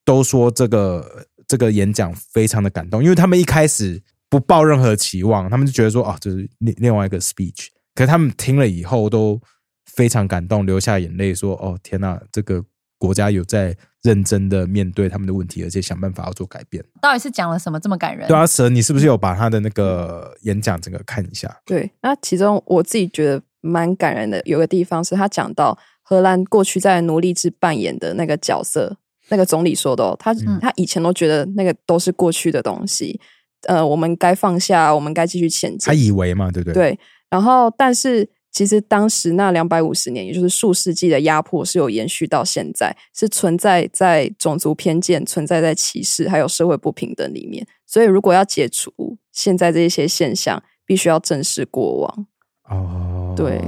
都说这个这个演讲非常的感动，因为他们一开始不抱任何期望，他们就觉得说啊，这是另另外一个 speech，可是他们听了以后都非常感动，流下眼泪说哦天呐，这个国家有在认真的面对他们的问题，而且想办法要做改变。到底是讲了什么这么感人？对啊，蛇，你是不是有把他的那个演讲整个看一下？对，那其中我自己觉得蛮感人的，有个地方是他讲到荷兰过去在奴隶制扮演的那个角色，那个总理说的、哦，他、嗯他以前都觉得那个都是过去的东西，呃，我们该放下，我们该继续前他进。以为嘛，对不对？，对，然后但是其实当时那两百五十年，也就是数世纪的压迫是有延续到现在，是存在在种族偏见、存在在歧视还有社会不平等里面。所以如果要解除现在这些现象，必须要正视过往。哦，对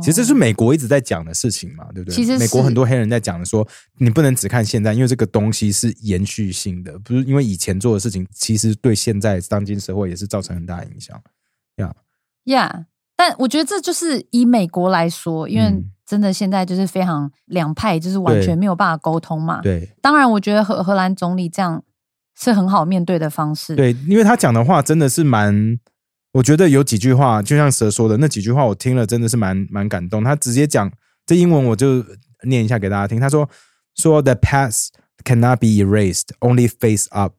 其实这是美国一直在讲的事情嘛，对不对？其实是美国很多黑人在讲的说，你不能只看现在，因为这个东西是延续性的，不是因为以前做的事情，其实对现在当今社会也是造成很大影响。 Yeah，但我觉得这就是以美国来说，因为嗯真的现在就是非常两派，就是完对全没有办法沟通嘛。对当然，我觉得荷荷兰总理这样是很好面对的方式。对，因为他讲的话真的是蛮，我觉得有几句话，就像蛇说的那几句话，我听了真的是蛮蛮感动。他直接讲这英文，我就念一下给大家听。他说说 The past cannot be erased, only face up。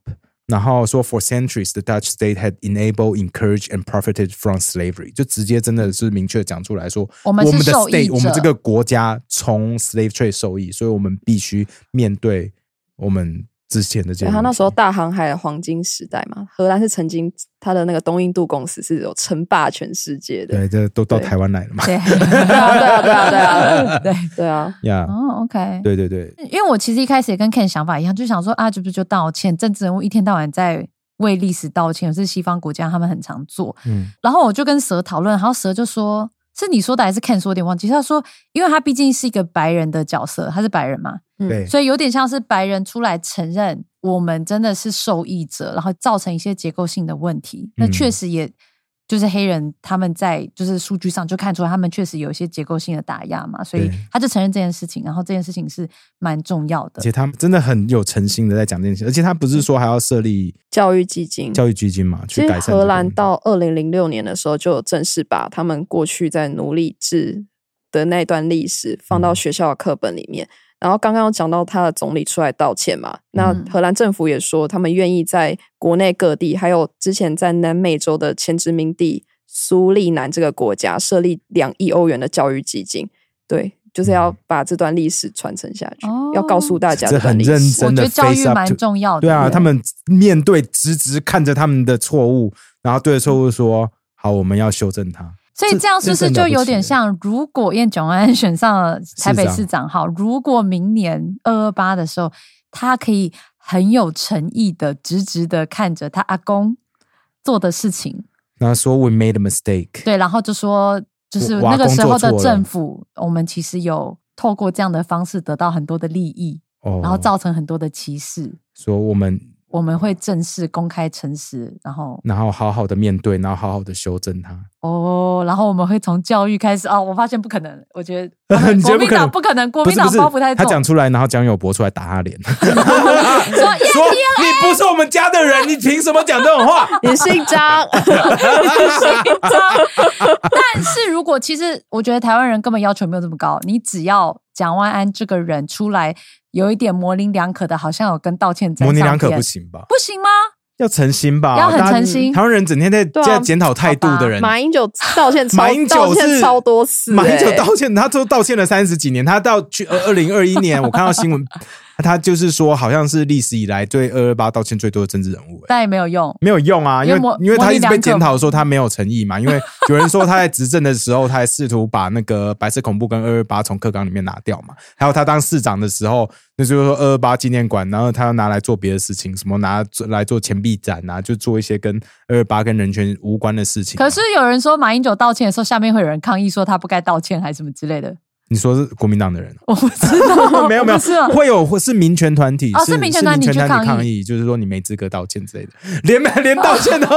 然后说，For centuries, the Dutch state had enabled, encouraged, and profited from slavery。就直接真的是明确讲出来说，我们我是们的受益 state，我们者这个国家从 slave trade 受益，所以我们必须面对我们之前的这对些问题。他那时候大航海的黄金时代嘛，荷兰是曾经他的那个东印度公司是有称霸全世界的。对，这都到对台湾来了 嘛。对 对啊，对啊，对啊，对 啊，对，对啊，呀、哦，OK，对对对，因为我其实一开始也跟 Ken 想法一样，就想说啊，这不就道歉？政治人物一天到晚在为历史道歉，是西方国家他们很常做。嗯，然后我就跟蛇讨论，然后蛇就说：“是你说的还是 Ken 说？”我有点忘记。他说：“因为他毕竟是一个白人的角色，他是白人嘛，嗯对，所以有点像是白人出来承认我们真的是受益者，然后造成一些结构性的问题。那嗯确实也就是黑人他们在就是数据上就看出来，他们确实有一些结构性的打压嘛，所以对他就承认这件事情，然后这件事情是蛮重要而的且。他们真的很有诚心的在讲这件事，而且他不是说还要设立嗯教育基金。教育基金嘛，其去实改善这个荷兰问题到二零零六年的时候，就有正式把他们过去在奴隶制的那段历史放到嗯学校的课本里面。然后刚刚有讲到他的总理出来道歉嘛，那嗯荷兰政府也说他们愿意在国内各地，还有之前在南美洲的前殖民地苏利南这个国家设立两亿欧元的教育基金，对，就是要嗯把这段历史传承下去，哦要告诉大家这段很历史。认我真觉的得教育 face up 蛮 to，重要的，对啊，他们面对直直看着他们的错误，然后对着错误嗯说：“好，我们要修正它。所以这样是不这是这真的就了不有起点像，如果燕炯安 选上了台北市长，好，如果明年二二呃八的时候，他可以很有诚意的、直直的看着他阿公做的事情，”然后说：“We made a mistake。” 对，然后就说，就是我我阿那个公时做候的错了政府，我们其实有透过这样的方式得到很多的利益，哦，然后造成很多的歧视。说我们，我们会正式、公开、诚实，然后然后好好的面对，然后好好的修正它。哦，然后我们会从教育开始哦。我发现不可能，我觉得 你觉国得不民可能党不可能，国不民是不党是包袱太，他重。讲出来，然后蒋友柏出来打 他脸， 说耶说你不是我们家的人，你凭什么讲这 种话？你姓张，但是如果其实我觉得台湾人根本要求没有这么高，你只要蒋万安这个人出来有一点模棱两可的，好像有跟道歉沾模棱上两可边不行吧？不行吗？要诚心吧，要很大家诚心台湾人整天在对啊在检讨态度的人，马英九 道歉超，马英道九歉是超多次、欸，马英九道歉，他都道歉了三十几年，他到去呃二二零二一年，我看到新闻， 他就是说好像是历史以来对二二八道歉最多的政治人物、欸但也没有用。没有用啊，因为因为模因为他一直模棱被两可检讨说他没有诚意嘛，因为有人说他在执政的时候，他还试图把那个白色恐怖跟二二八从课纲里面拿掉嘛，还有他当市长的时候，那就是说二二八纪念馆，然后他要拿来做别的事情，什么拿来做钱币展啊，就做一些跟二二八跟人权无关的事情啊。可是有人说马英九道歉的时候，下面会有人抗议说他不该道歉，还是什么之类的。你说是国民党的人，我不知道 没有没有哦不是吗？会有会是民权团体哦是民权团体是民权去团体抗议抗议，就是说你没资格道歉之类的，连 连道歉都，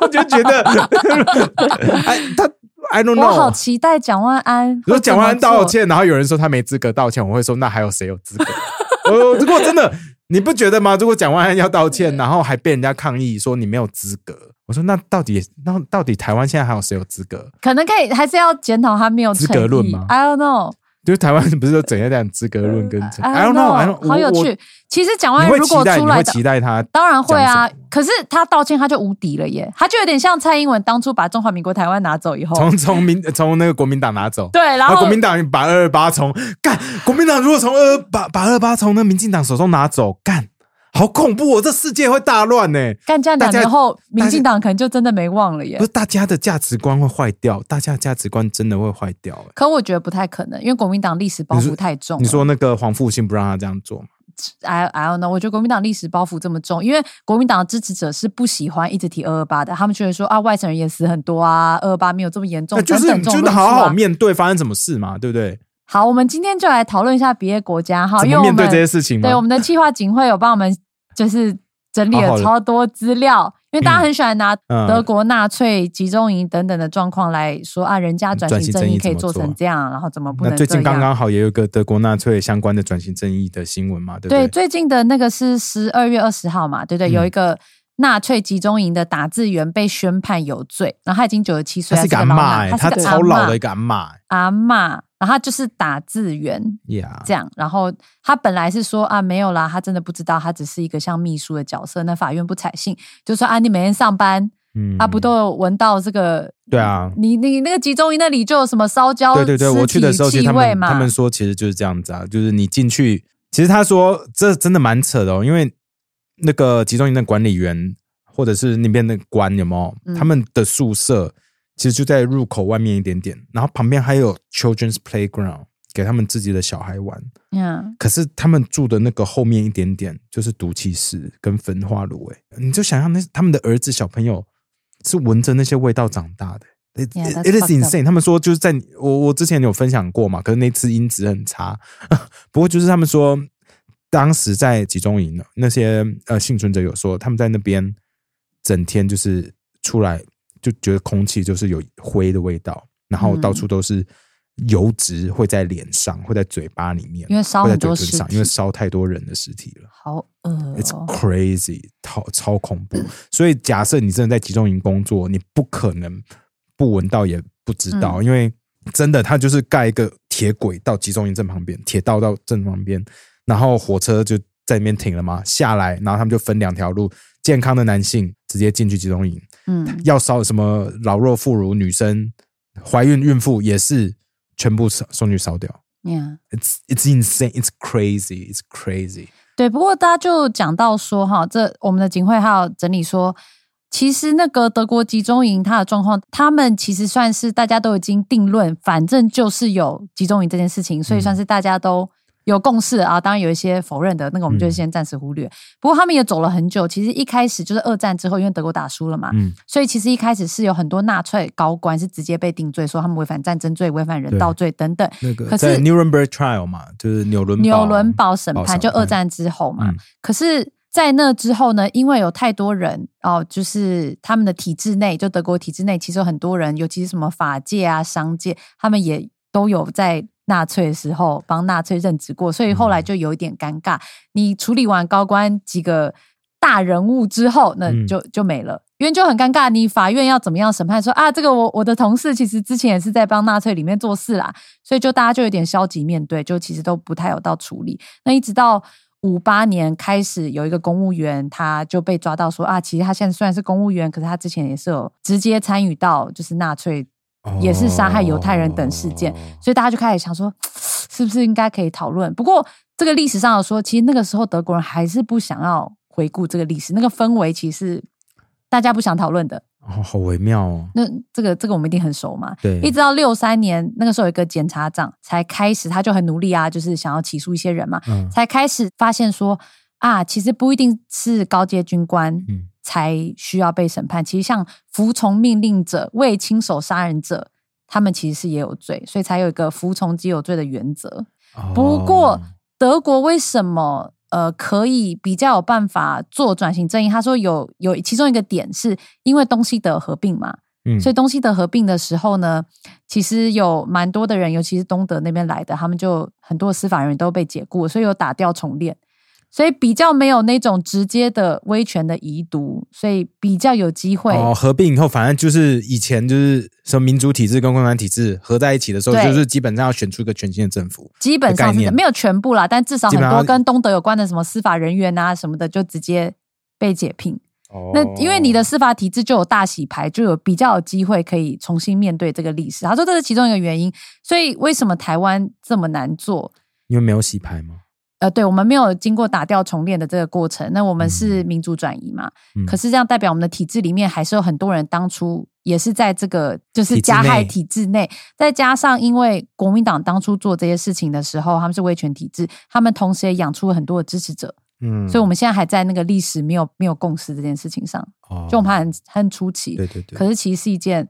我就觉得， 哎，他 I don't 我好 know。期待蒋万安。如果讲完道，歉，然后有人说他没资格道歉，我会说那还有谁有资格？ 我如果真的你不觉得吗？如果蒋万安要道歉，然后还被人家抗议说你没有资格，我说那到底那到底台湾现在还有谁有资格？可能可以还是要检讨他没有资诚格论意吗 I don't know。就是台湾不是都整天讲资格论 跟 I I don't don't know，I don't know，好有我趣。其实蒋你万安会如期果待，你出会来的，期待他当然会讲啊什。可是他道歉，他就无敌了耶！他就有点像蔡英文当初把中华民国台湾拿走以后，从从民从那个国民党拿走，哦对，然然后后国民党把二二八从干，国民党如果从二二把把二八从那民进党手中拿走，干，好恐怖哦，这世界会大乱呢、干这样两大家年后，家民进党可能就真的没望了耶不是。大家的价值观会坏掉，大家的价值观真的会坏掉、欸。可我觉得不太可能，因为国民党历史包你说袱太重了。你说那个黄复兴不让他这样做吗？ I I don't know，我觉得国民党历史包袱这么重，因为国民党的支持者是不喜欢一直提二二八的，他们觉得说啊，外省人也死很多啊，二二八没有这么严重，那哎就是等等你这就种是论好述好啊面对发生什么事嘛，对不对？好，我们今天就来讨论一下别的国家哈，怎因为么我面们对这些事情嘛对我？们的计划警会有帮我们就是。整理好了哦好地超多资料，因为大家很喜欢拿嗯德国纳粹集中营等等的状况来说啊，人家转嗯转型型正正义义可以怎做么成做啊这样，然后怎么不那能最这近刚样？刚好也有一个德国纳粹相关的转型正义的新闻嘛，对不对，对？最近的那个是十二月二十号嘛，对不对？嗯有一个纳粹集中营的打字员被宣判有罪，然后他已经九十七他岁，是一个他阿是个老嬷奶欸奶，他是个超阿老的一嬷个阿嬷欸阿嬷，然后他就是打字员。呀这样，然后他本来是说啊，没有啦，他真的不知道，他只是一个像秘书的角色。那法院不采信，就说啊，你每天上班嗯啊，不都有闻到这个？对啊你你那个集中营那里就有什么烧焦对对对，尸体我去的时候，其实气他味们嘛，他们说其实就是这样子啊，就是你进去，其实他说这真的蛮扯的哦，因为那个集中营的管理员或者是那边的官有没有，嗯他们的宿舍其实就在入口外面一点点，然后旁边还有 children's playground 给他们自己的小孩玩，嗯，可是他们住的那个后面一点点就是毒气室跟焚化炉，哎，你就想象那他们的儿子小朋友是闻着那些味道长大的。It, Yeah, that's it fucked is up. insane。他们说就是在你我我之前有分享过嘛，可是那次音质很差。 不过就是他们说，当时在集中营那些呃幸存者有说，他们在那边整天就是出来就觉得空气就是有灰的味道，嗯然后到处都是油脂会在脸上，会在嘴巴里面，因为烧会在很嘴多唇尸上，体，因为烧太多人的尸体了。好恶、 It's 哦。 crazy，超超恐怖。所以假设你真的在集中营工作，你不可能不闻到也不知道，嗯因为真的它就是盖一个铁轨到集中营正旁边，铁道到正旁边，然后火车就在那边停了嘛，下来，然后他们就分两条路，健康的男性直接进去集中营，嗯，要烧什么老弱妇孺、女生、怀孕孕妇也是全部烧送去烧掉。 yeah. It's it's insane, it's crazy, it's crazy。对，不过大家就讲到说哈，这我们的警会还有整理说，其实那个德国集中营它的状况，他们其实算是大家都已经定论，反正就是有集中营这件事情，所以嗯算是大家都有共识啊。当然有一些否认的那个，我们就嗯先暂时忽略。不过他们也走了很久，其实一开始就是二战之后，因为德国打输了嘛，嗯，所以其实一开始是有很多纳粹高官是直接被定罪，说他们违反战争罪、违反人道罪等等。那个可在是 Nuremberg trial 嘛，就是纽伦纽伦堡审堡审判，就判二战之后嘛。嗯可是，在那之后呢，因为有太多人哦，就是他们的体制内，就德国体制内，其实有很多人，尤其是什么法界啊、商界，他们也都有在纳粹的时候帮纳粹任职过，所以嗯后来就有一点尴尬。你处理完高官几个大人物之后，那嗯就、就没了。因为就很尴尬，你法院要怎么样审判说啊，这个我我的同事其实之前也是在帮纳粹里面做事啦，所以就大家就有点消极面对，就其实都不太有到处理。那一直到五八年开始，有一个公务员他就被抓到说啊，其实他现在虽然是公务员，可是他之前也是有直接参与到就是纳粹，哦也是杀害犹太人等事件所以大家就开始想说，是不是应该可以讨论？不过这个历史上有说，其实那个时候德国人还是不想要回顾这个历史，那个氛围其实大家不想讨论的。哦，好微妙哦。那这个这个我们一定很熟嘛，对，一直到六三年，那个时候有一个检察长才开始，他就很努力啊，就是想要起诉一些人嘛，嗯才开始发现说啊，其实不一定是高阶军官嗯才需要被审判，其实像服从命令者、未亲手杀人者，他们其实是也有罪，所以才有一个服从即有罪的原则。哦不过德国为什么呃可以比较有办法做转型正义？他说有有其中一个点是因为东西德合并嘛，嗯所以东西德合并的时候呢，其实有蛮多的人，尤其是东德那边来的，他们就很多司法人员都被解雇，所以有打掉重练，所以比较没有那种直接的威权的遗毒，所以比较有机会。哦，合并以后，反正就是以前就是什么民主体制跟共产体制合在一起的时候，对就是基本上要选出一个全新的政府。基本上的概是念没有全部啦，但至少基很本上多跟东德有关的什么司法人员啊什么的，就直接被解聘。哦那因为你的司法体制就有大洗牌，就有比较有机会可以重新面对这个历史。他说这是其中一个原因，所以为什么台湾这么难做？因为没有洗牌吗？呃，对我们没有经过打掉重练的这个过程，那我们是民主转移嘛？嗯可是这样代表我们的体制里面还是有很多人当初也是在这个就是体制加内害体制内，再加上因为国民党当初做这些事情的时候，他们是威权体制，他们同时也养出了很多的支持者，嗯，所以我们现在还在那个历史没有没有共识这件事情上。们就我们还很很出奇。哦对对对，可是其实是一件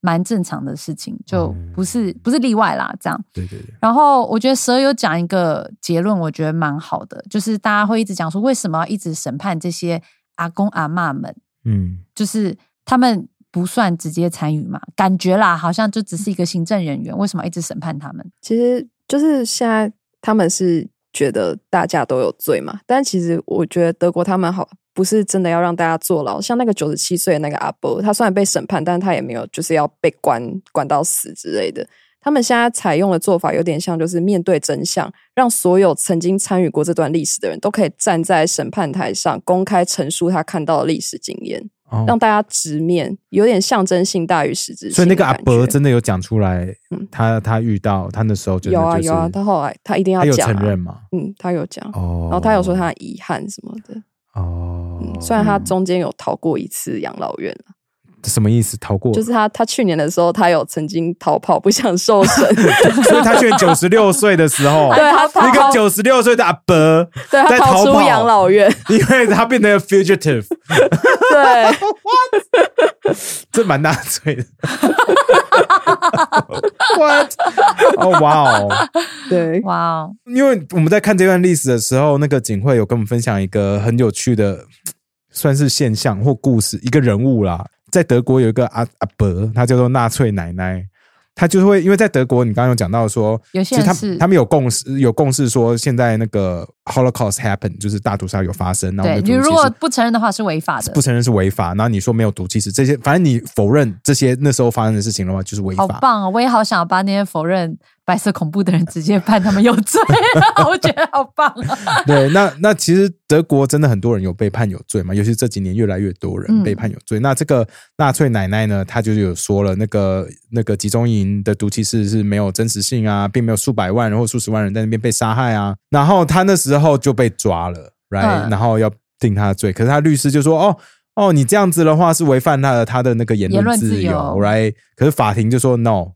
蛮正常的事情，就嗯不是、不是例外啦。这样，对对对，然后我觉得蛇有讲一个结论，我觉得蛮好的，就是大家会一直讲说为什么要一直审判这些阿公阿嬷们，嗯，就是他们不算直接参与嘛，感觉啦，好像就只是一个行政人员，为什么一直审判他 们？其实就是现在他们是觉得大家都有罪嘛，但其实我觉得德国他们好不是真的要让大家坐牢，像那个九十七岁的那个阿伯，他虽然被审判，但是他也没有就是要被关关到死之类的。他们现在采用的做法有点像，就是面对真相，让所有曾经参与过这段历史的人都可以站在审判台上，公开陈述他看到的历史经验，让哦，大家直面，有点象征性大于实质性的感觉。所以那个阿伯真的有讲出来嗯，他他遇到他那时候真的有啊就是有啊，他后来他一定要他有讲、承啊，认嘛？嗯，他有讲，哦，然后他有说他的遗憾什么的。哦嗯，，虽然他中间有逃过一次养老院啊，什么意思？逃过就是他他去年的时候，他有曾经逃跑不想受审， 所以他去九十 六岁的时候，对他那个逃，九十六岁的阿伯，对在他逃逃出跑养老 院，因为他变成 fugitive，对， 这蛮大罪的。What？哦，哇哦！对，哇哦，因为我们在看这段历史的时候，那个警会有跟我们分享一个很有趣的，算是现象或故事，一个人物啦。在德国有一个阿阿伯，他叫做纳粹奶奶，他就会因为在德国，你刚刚有讲到说，有些其实人他是他们有共识，有共识说现在那个 Holocaust happen，就是大屠杀有发生，然后对那你种如其果实不承认的话是违法的不，承认是违法，然后你说没有毒气室这些，反正你否认这些那时候发生的事情的话，就是违好法。棒哦！我也好想把那些否认白色恐怖的人直接判他们有罪，啊我觉得好棒哦。 对，那那其实德国真的很多人有被判有罪嘛，尤其这几年越来越多人嗯被判有罪。那这个纳粹奶奶呢，她就是有说了，那个那个集中营的毒气室是没有真实性啊，并没有数百万人或数十万人在那边被杀害啊。然后她那时候就被抓了，right？、嗯然后要定她的罪，可是她律师就说，哦。哦，你这样子的话是违反她的她的那个言言论论自自由由，right？可是法庭就说 no，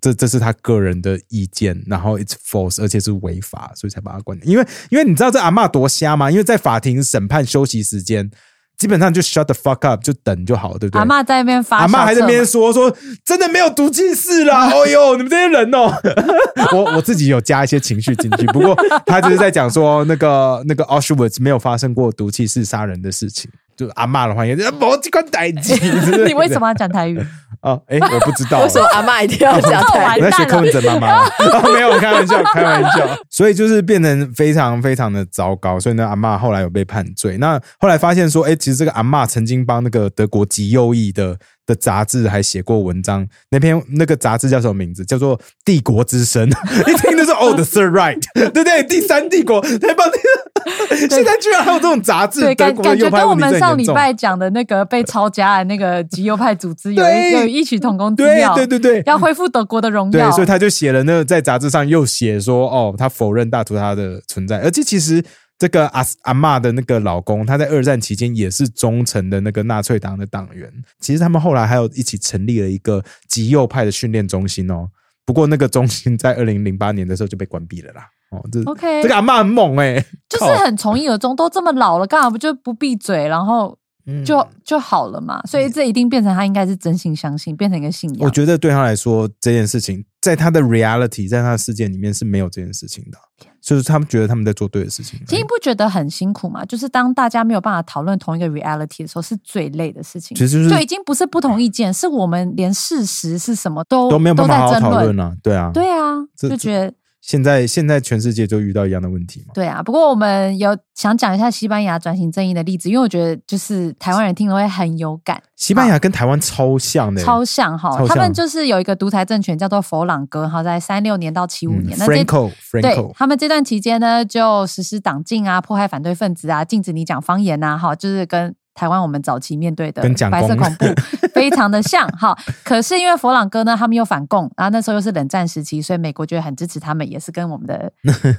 这这是他个人的意见，然后 it's false，而且是违法，所以才把他关掉。因为因为你知道这阿嬷多瞎吗？因为在法庭审判休息时间，基本上就 shut the fuck up，就等就好，对不对？阿嬷在那边发，。阿嬷还在那边，说说，真的没有毒气室啦！哦呦，你们这些人哦， 我我自己有加一些情绪进去，不过他就是在讲说那个那个 Auschwitz 没有发生过毒气室杀人的事情，就阿嬷的话也是没这款代志 你为 什么要讲台语？啊？哎、我不知 道，为什么阿妈一定哦要讲台完我语？在学柯文哲妈 妈吗、哦，没有开玩笑，开玩笑。所以就是变成非常非常的糟糕，所以呢，阿嬷后来有被判罪。那后来发现说，哎、其实这个阿嬷曾经帮那个德国极右翼的的杂志还写过文章，那篇那个杂志叫什么名字？叫做《帝国之声》， 一听就是哦，The Third Right，对不 对？第三帝国，他帮那 个，现在居然还有这种杂志，对，德感国的感觉右派跟我问题们真的上很严礼重。拜讲的那个被抄家的那个极右派组织有对一有异曲同工之对妙，对对对，要恢复德国的荣对耀，，所以他就写了那个在杂志上又写说，哦，他否认大屠杀的存在，而且其实这个阿阿嬷的那个老公，他在二战期间也是忠诚的那个纳粹党的党员。其实他们后来还有一起成立了一个极右派的训练中心哦，不过那个中心在二零零八年的时候就被关闭了啦。哦，这 OK 这个阿嬷很猛哎、就是很从一而终，都这么老了，干嘛不就不闭嘴，然后很就、就好了嘛？所以这一定变成他应该是真心相信，变成一个信仰。嗯我觉得对他来说这件事情，在他的 reality，在他的世界里面是没有这件事情的，就是他们觉得他们在做对的事情。其实你不觉得很辛苦吗？就是当大家没有办法讨论同一个 reality 的时候，是最累的事情。其实就是就已经不是不同意见，是我们连事实是什么都都没有办法好好在争讨论。论啊，对啊，对啊，这就觉得现在现在全世界就遇到一样的问题嘛，对啊。不过我们有想讲一下西班牙转型正义的例子，因为我觉得就是台湾人听了会很有感，西班牙跟台湾超像的、超像哈超。像他们就是有一个独裁政权叫做佛朗哥，哈，在三六年到七五年，那这嗯 Franco 对 Franco，他们这段期间呢，就实施党禁啊，迫害反对分子啊，禁止你讲方言呐、哈，就是跟台湾我们早期面对的跟蒋白色公 恐怖非常的像哈。可是因为佛朗哥呢，他们又反共，然后那时候又是冷战时期，所以美国觉得很支持他们，也是跟我们的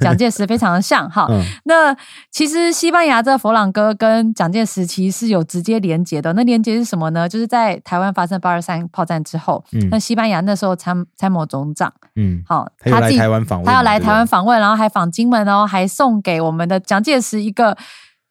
蒋介石非常的像哈。 嗯，那其实西班牙这佛朗哥跟蒋介石其实是有直接连结的。那连结是什么呢？就是在台湾发生八二三炮战之后，嗯那西班牙那时候参参谋总长，嗯，好，他又自来己台湾访问嘛，他要来对不对台湾，访问，然后还访金门哦，还送给我们的蒋介石一个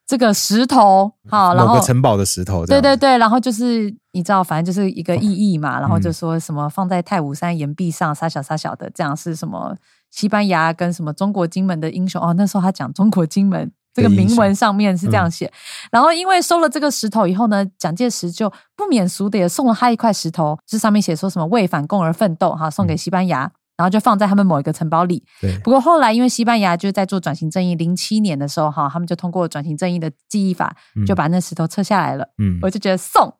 这个石头，好，然嗯某后个城堡的石头这对样，对对，然后就是你知道，反正就是一个意义嘛，然后嗯就说什么放在太武山岩壁上，傻小傻小的，这样是什么？西班牙跟什么中国金门的英雄哦，那时候他讲中国金门。这个的影嗯铭文响上面是这样写。然后因为收了这个石头以后呢，蒋介石就不免俗的也送了他一块石头，这上面写说什么“为反共而奋斗”哈，送嗯给西班牙。然后就放在他们某一个城堡里。对不过后来，因为西班牙就是在做转型正义，零七年的时候哈，他们就通过转型正义的记忆法，嗯就把那石头撤下来了。嗯我就觉得送，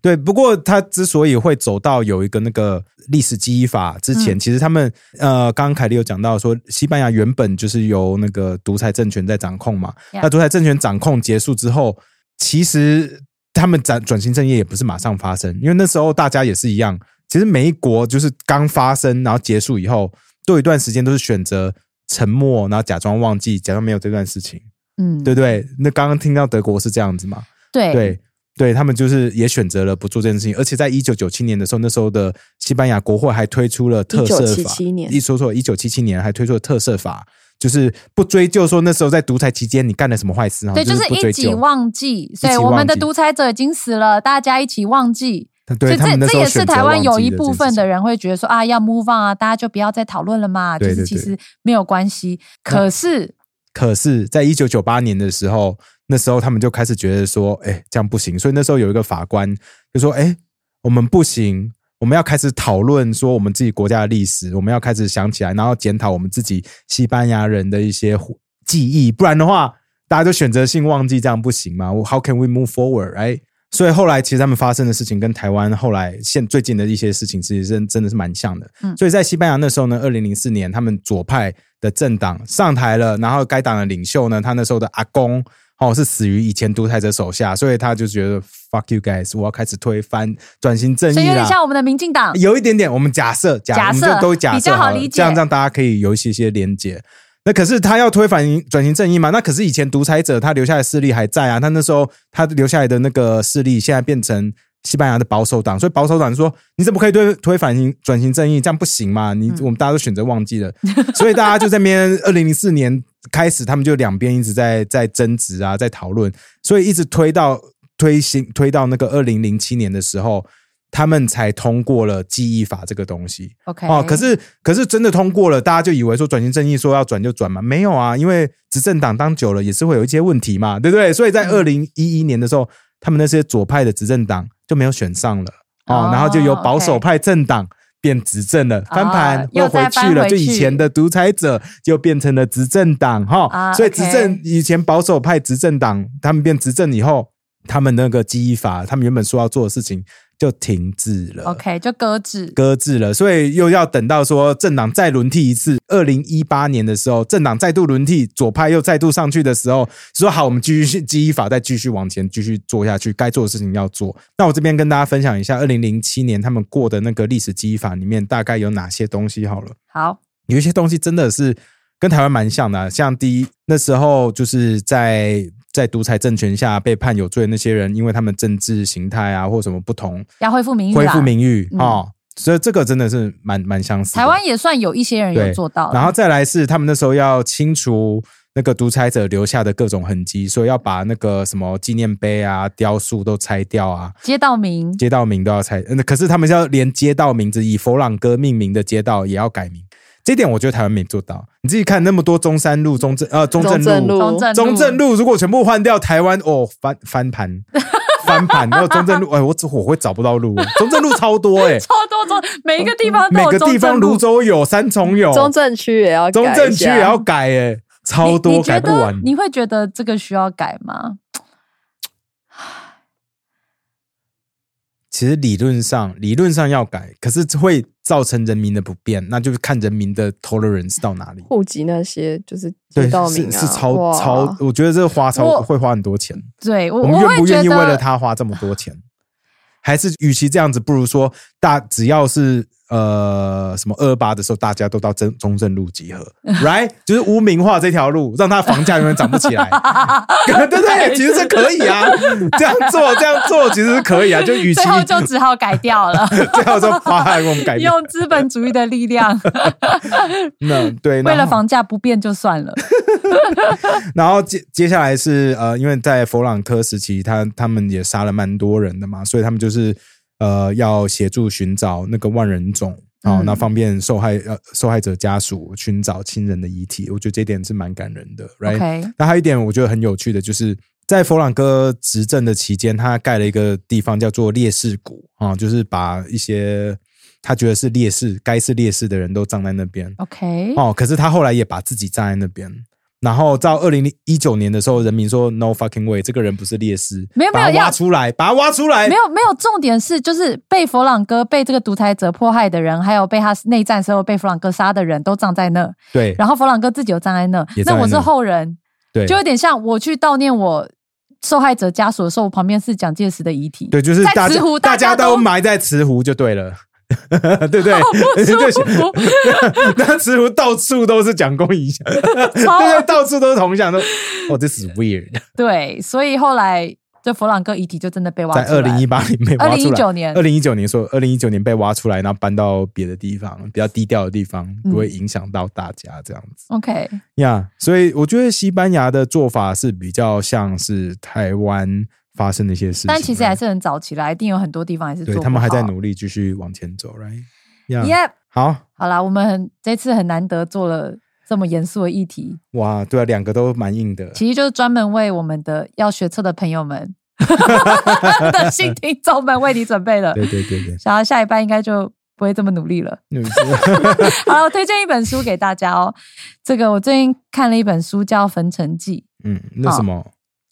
对，不过他之所以会走到有一个那个历史记忆法之前，嗯其实他们呃，刚刚凯莉有讲到说，西班牙原本就是由那个独裁政权在掌控嘛。 Yeah 那独裁政权掌控结束之后，其实他们转转型正义也不是马上发生，因为那时候大家也是一样，其实每一国就是刚发生，然后结束以后，都有一段时间都是选择沉默，然后假装忘记，假装没有这段事情，嗯，对不对？那刚刚听到德国是这样子嘛？对对对，他们就是也选择了不做这件事情，而且在一九九七年的时候，那时候的西班牙国会还推出了特赦法， 1977年一说错，一九七七年还推出了特赦法，就是不追究说那时候在独裁期间你干了什么坏事啊，对，就是是不追一起究。忘记，所一以起我忘们的记独裁者已经死了，大家一起忘记。所对以他这们那时这候也是选择台湾忘有记一了部这件分事的情，人会觉得说啊，要 move on 啊，大家就不要再讨论了嘛，对对就是其对实没有关系。可是，可是，在一九九八年的时候，那时候他们就开始觉得说，哎，这样不行，所以那时候有一个法官就说，哎，我们不行。我们要开始讨论说我们自己国家的历史，我们要开始想起来，然后检讨我们自己西班牙人的一些记忆，不然的话，大家就选择性忘记，这样不行吗？How can we move forward, right？所以后来其实他们发生的事情跟台湾后来现最近的一些事情，其实真真的是蛮像的。嗯所以在西班牙那时候呢，二零零四年他们左派的政党上台了，然后该党的领袖呢，他那时候的阿公哦是死于以前独裁者手下，所以他就觉得 fuck you guys，我要开始推翻转型正义所啦。哎以有点像我们的民进党，有一点点，我们假设假假我们设就都假设比较好了理解这样让大家可以有一些些连结。那可是他要推反转型正义嘛？那可是以前独裁者他留下来的势力还在啊，他那时候他留下来的那个势力现在变成西班牙的保守党，所以保守党说你怎么可以推推反型转型正义？这样不行嘛？你、嗯我们大家都选择忘记了，所以大家就在那边二零零四年开始，他们就两边一直在在争执啊，在讨论，所以一直推到推行推到那个二零零七年的时候，他们才通过了记忆法这个东西。 OK 哦，可是可是真的通过了，大家就以为说转型正义说要转就转嘛，没有啊，因为执政党当久了也是会有一些问题嘛，对不对？所以嗯在二零一一年的时候，他们那些左派的执政党就没有选上了哦哦，然后就由保 OK 守派政党。变执政了，翻盘、啊又又回再去翻了，回就以去前的独裁者就变成了执政党哈，啊所以执 OK 政以前保守派执政党他们变执政以后，他们那个记忆法，他们原本说要做的事情就停滞了。 OK 就搁置。呃搁置了，所以又要等到说政党再轮替一次。二零一八年的时候，政党再度轮替，左派又再度上去的时候，说好我们继续基依法再继续往前继续做下去，该做的事情要做。那我这边跟大家分享一下，二零零七年他们过的那个历史基依法里面大概有哪些东西好了。好，有一些东西真的是跟台湾蛮像的啊、像第一那时候就是在在独裁政权下被判有罪的那些人，因为他们政治形态啊或什么不同，要恢复名誉恢啦。复名誉嗯哦，所以这个真的是蛮蛮相似的。台湾也算有一些人有对做到了，然后再来是他们那时候要清除那个独裁者留下的各种痕迹，所以要把那个什么纪念碑啊、雕塑都拆掉啊，街道名街道名都要拆，呃可是他们要连街道名字以佛朗哥命名的街道也要改名，这点我觉得台湾没做到。你自己看那么多中山路、中正呃中正路、中正路中正中正路如果全部换掉，台湾哦翻翻盘翻盘，然后中正路哎我我会找不到路，中正路超多哎、超多中，每一个地 方都呃每有个地中方正泸路。州有、三重有、中正区也要哦改中一下正区也要改哎、超你多你觉改不得完。你会觉得这个需要改吗？其实理论上理论上要改，可是会造成人民的不便，那就是看人民的 tolerance 到哪里。户籍那些就是对街，道名是啊，是超哇超，我觉得这个花超我会花很多钱。对我我们我愿会不觉愿意为得了他花这么 多钱？还是与其这样子，不如说大只要是呃什么二八的时候，大家都到中中正路 集合，right？就是污名化这条路，让它房价永远涨 不起来，对不对？其实这可以啊，这样做这样做其实是可 以啊，就与其最后就只好改掉了， 最后就花来我们 改变，用资本主义的力 量，那嗯对，为了然后房价不变就算了。然后接接下来是呃，因为在佛朗科时期，他他们也杀了蛮多人的嘛，所以他们就是呃要协助寻找那个万人冢。哦，嗯那方便受害呃受害者家属寻找亲人的遗体，我觉得这一点是蛮感人的，right？ OK，那还有一点我觉得很有趣的，就是在佛朗哥执政的期间，他盖了一个地方叫做烈士谷啊、就是把一些他觉得是烈士、该是烈士的人都葬在那边 OK，哦。可是他后来也把自己葬在那边。然后到二零一九年的时候，人民说 “No fucking way”，这个人不是烈士，没有把没他有挖要出来，把他挖出来，没有没有，重点是就是被佛朗哥被这个独裁者迫害的人，还有被他内战时候被佛朗哥杀的人都葬在那，对然后佛朗哥自己有葬在那也，葬那在我是那后人，对就有点像我去悼念我受害者家属的时候，我旁边是蒋介石的遗体，对，就是在大慈家湖大大家家都都埋在慈湖就对了， 对不对？好不 对舒服，那慈湖到处都是蒋公遗像，超 对对， 到处都是铜像，都哦，this is weird。对，所以后来这佛朗哥遗体就真的被 挖在出二零来一。八年被二挖零出一来，九年二，零一九年说二零一九年被挖出来，然后搬到别的地方，比较低调的地方，不嗯会影响到大家这样子 OK，呀。所以我觉得西班牙的做法是比较像是台湾发生的一些事情，但其实 right？还是很早期啦，一定有很多地方还是对做他们不还在啊好。努力继续往前走，right？呀， Yep，好好啦，我们很这次很难得做了这么严肃的议题，哇，对啊，两个都蛮硬的，其实就是专门为我们的要学车的朋友 们的新听众们为你准备的。对对对对。想要下一班应该就不会这么努力了。嗯好，我推荐一本书给大家哦。这个我最近看了一本书叫《焚城记》，嗯，那什么、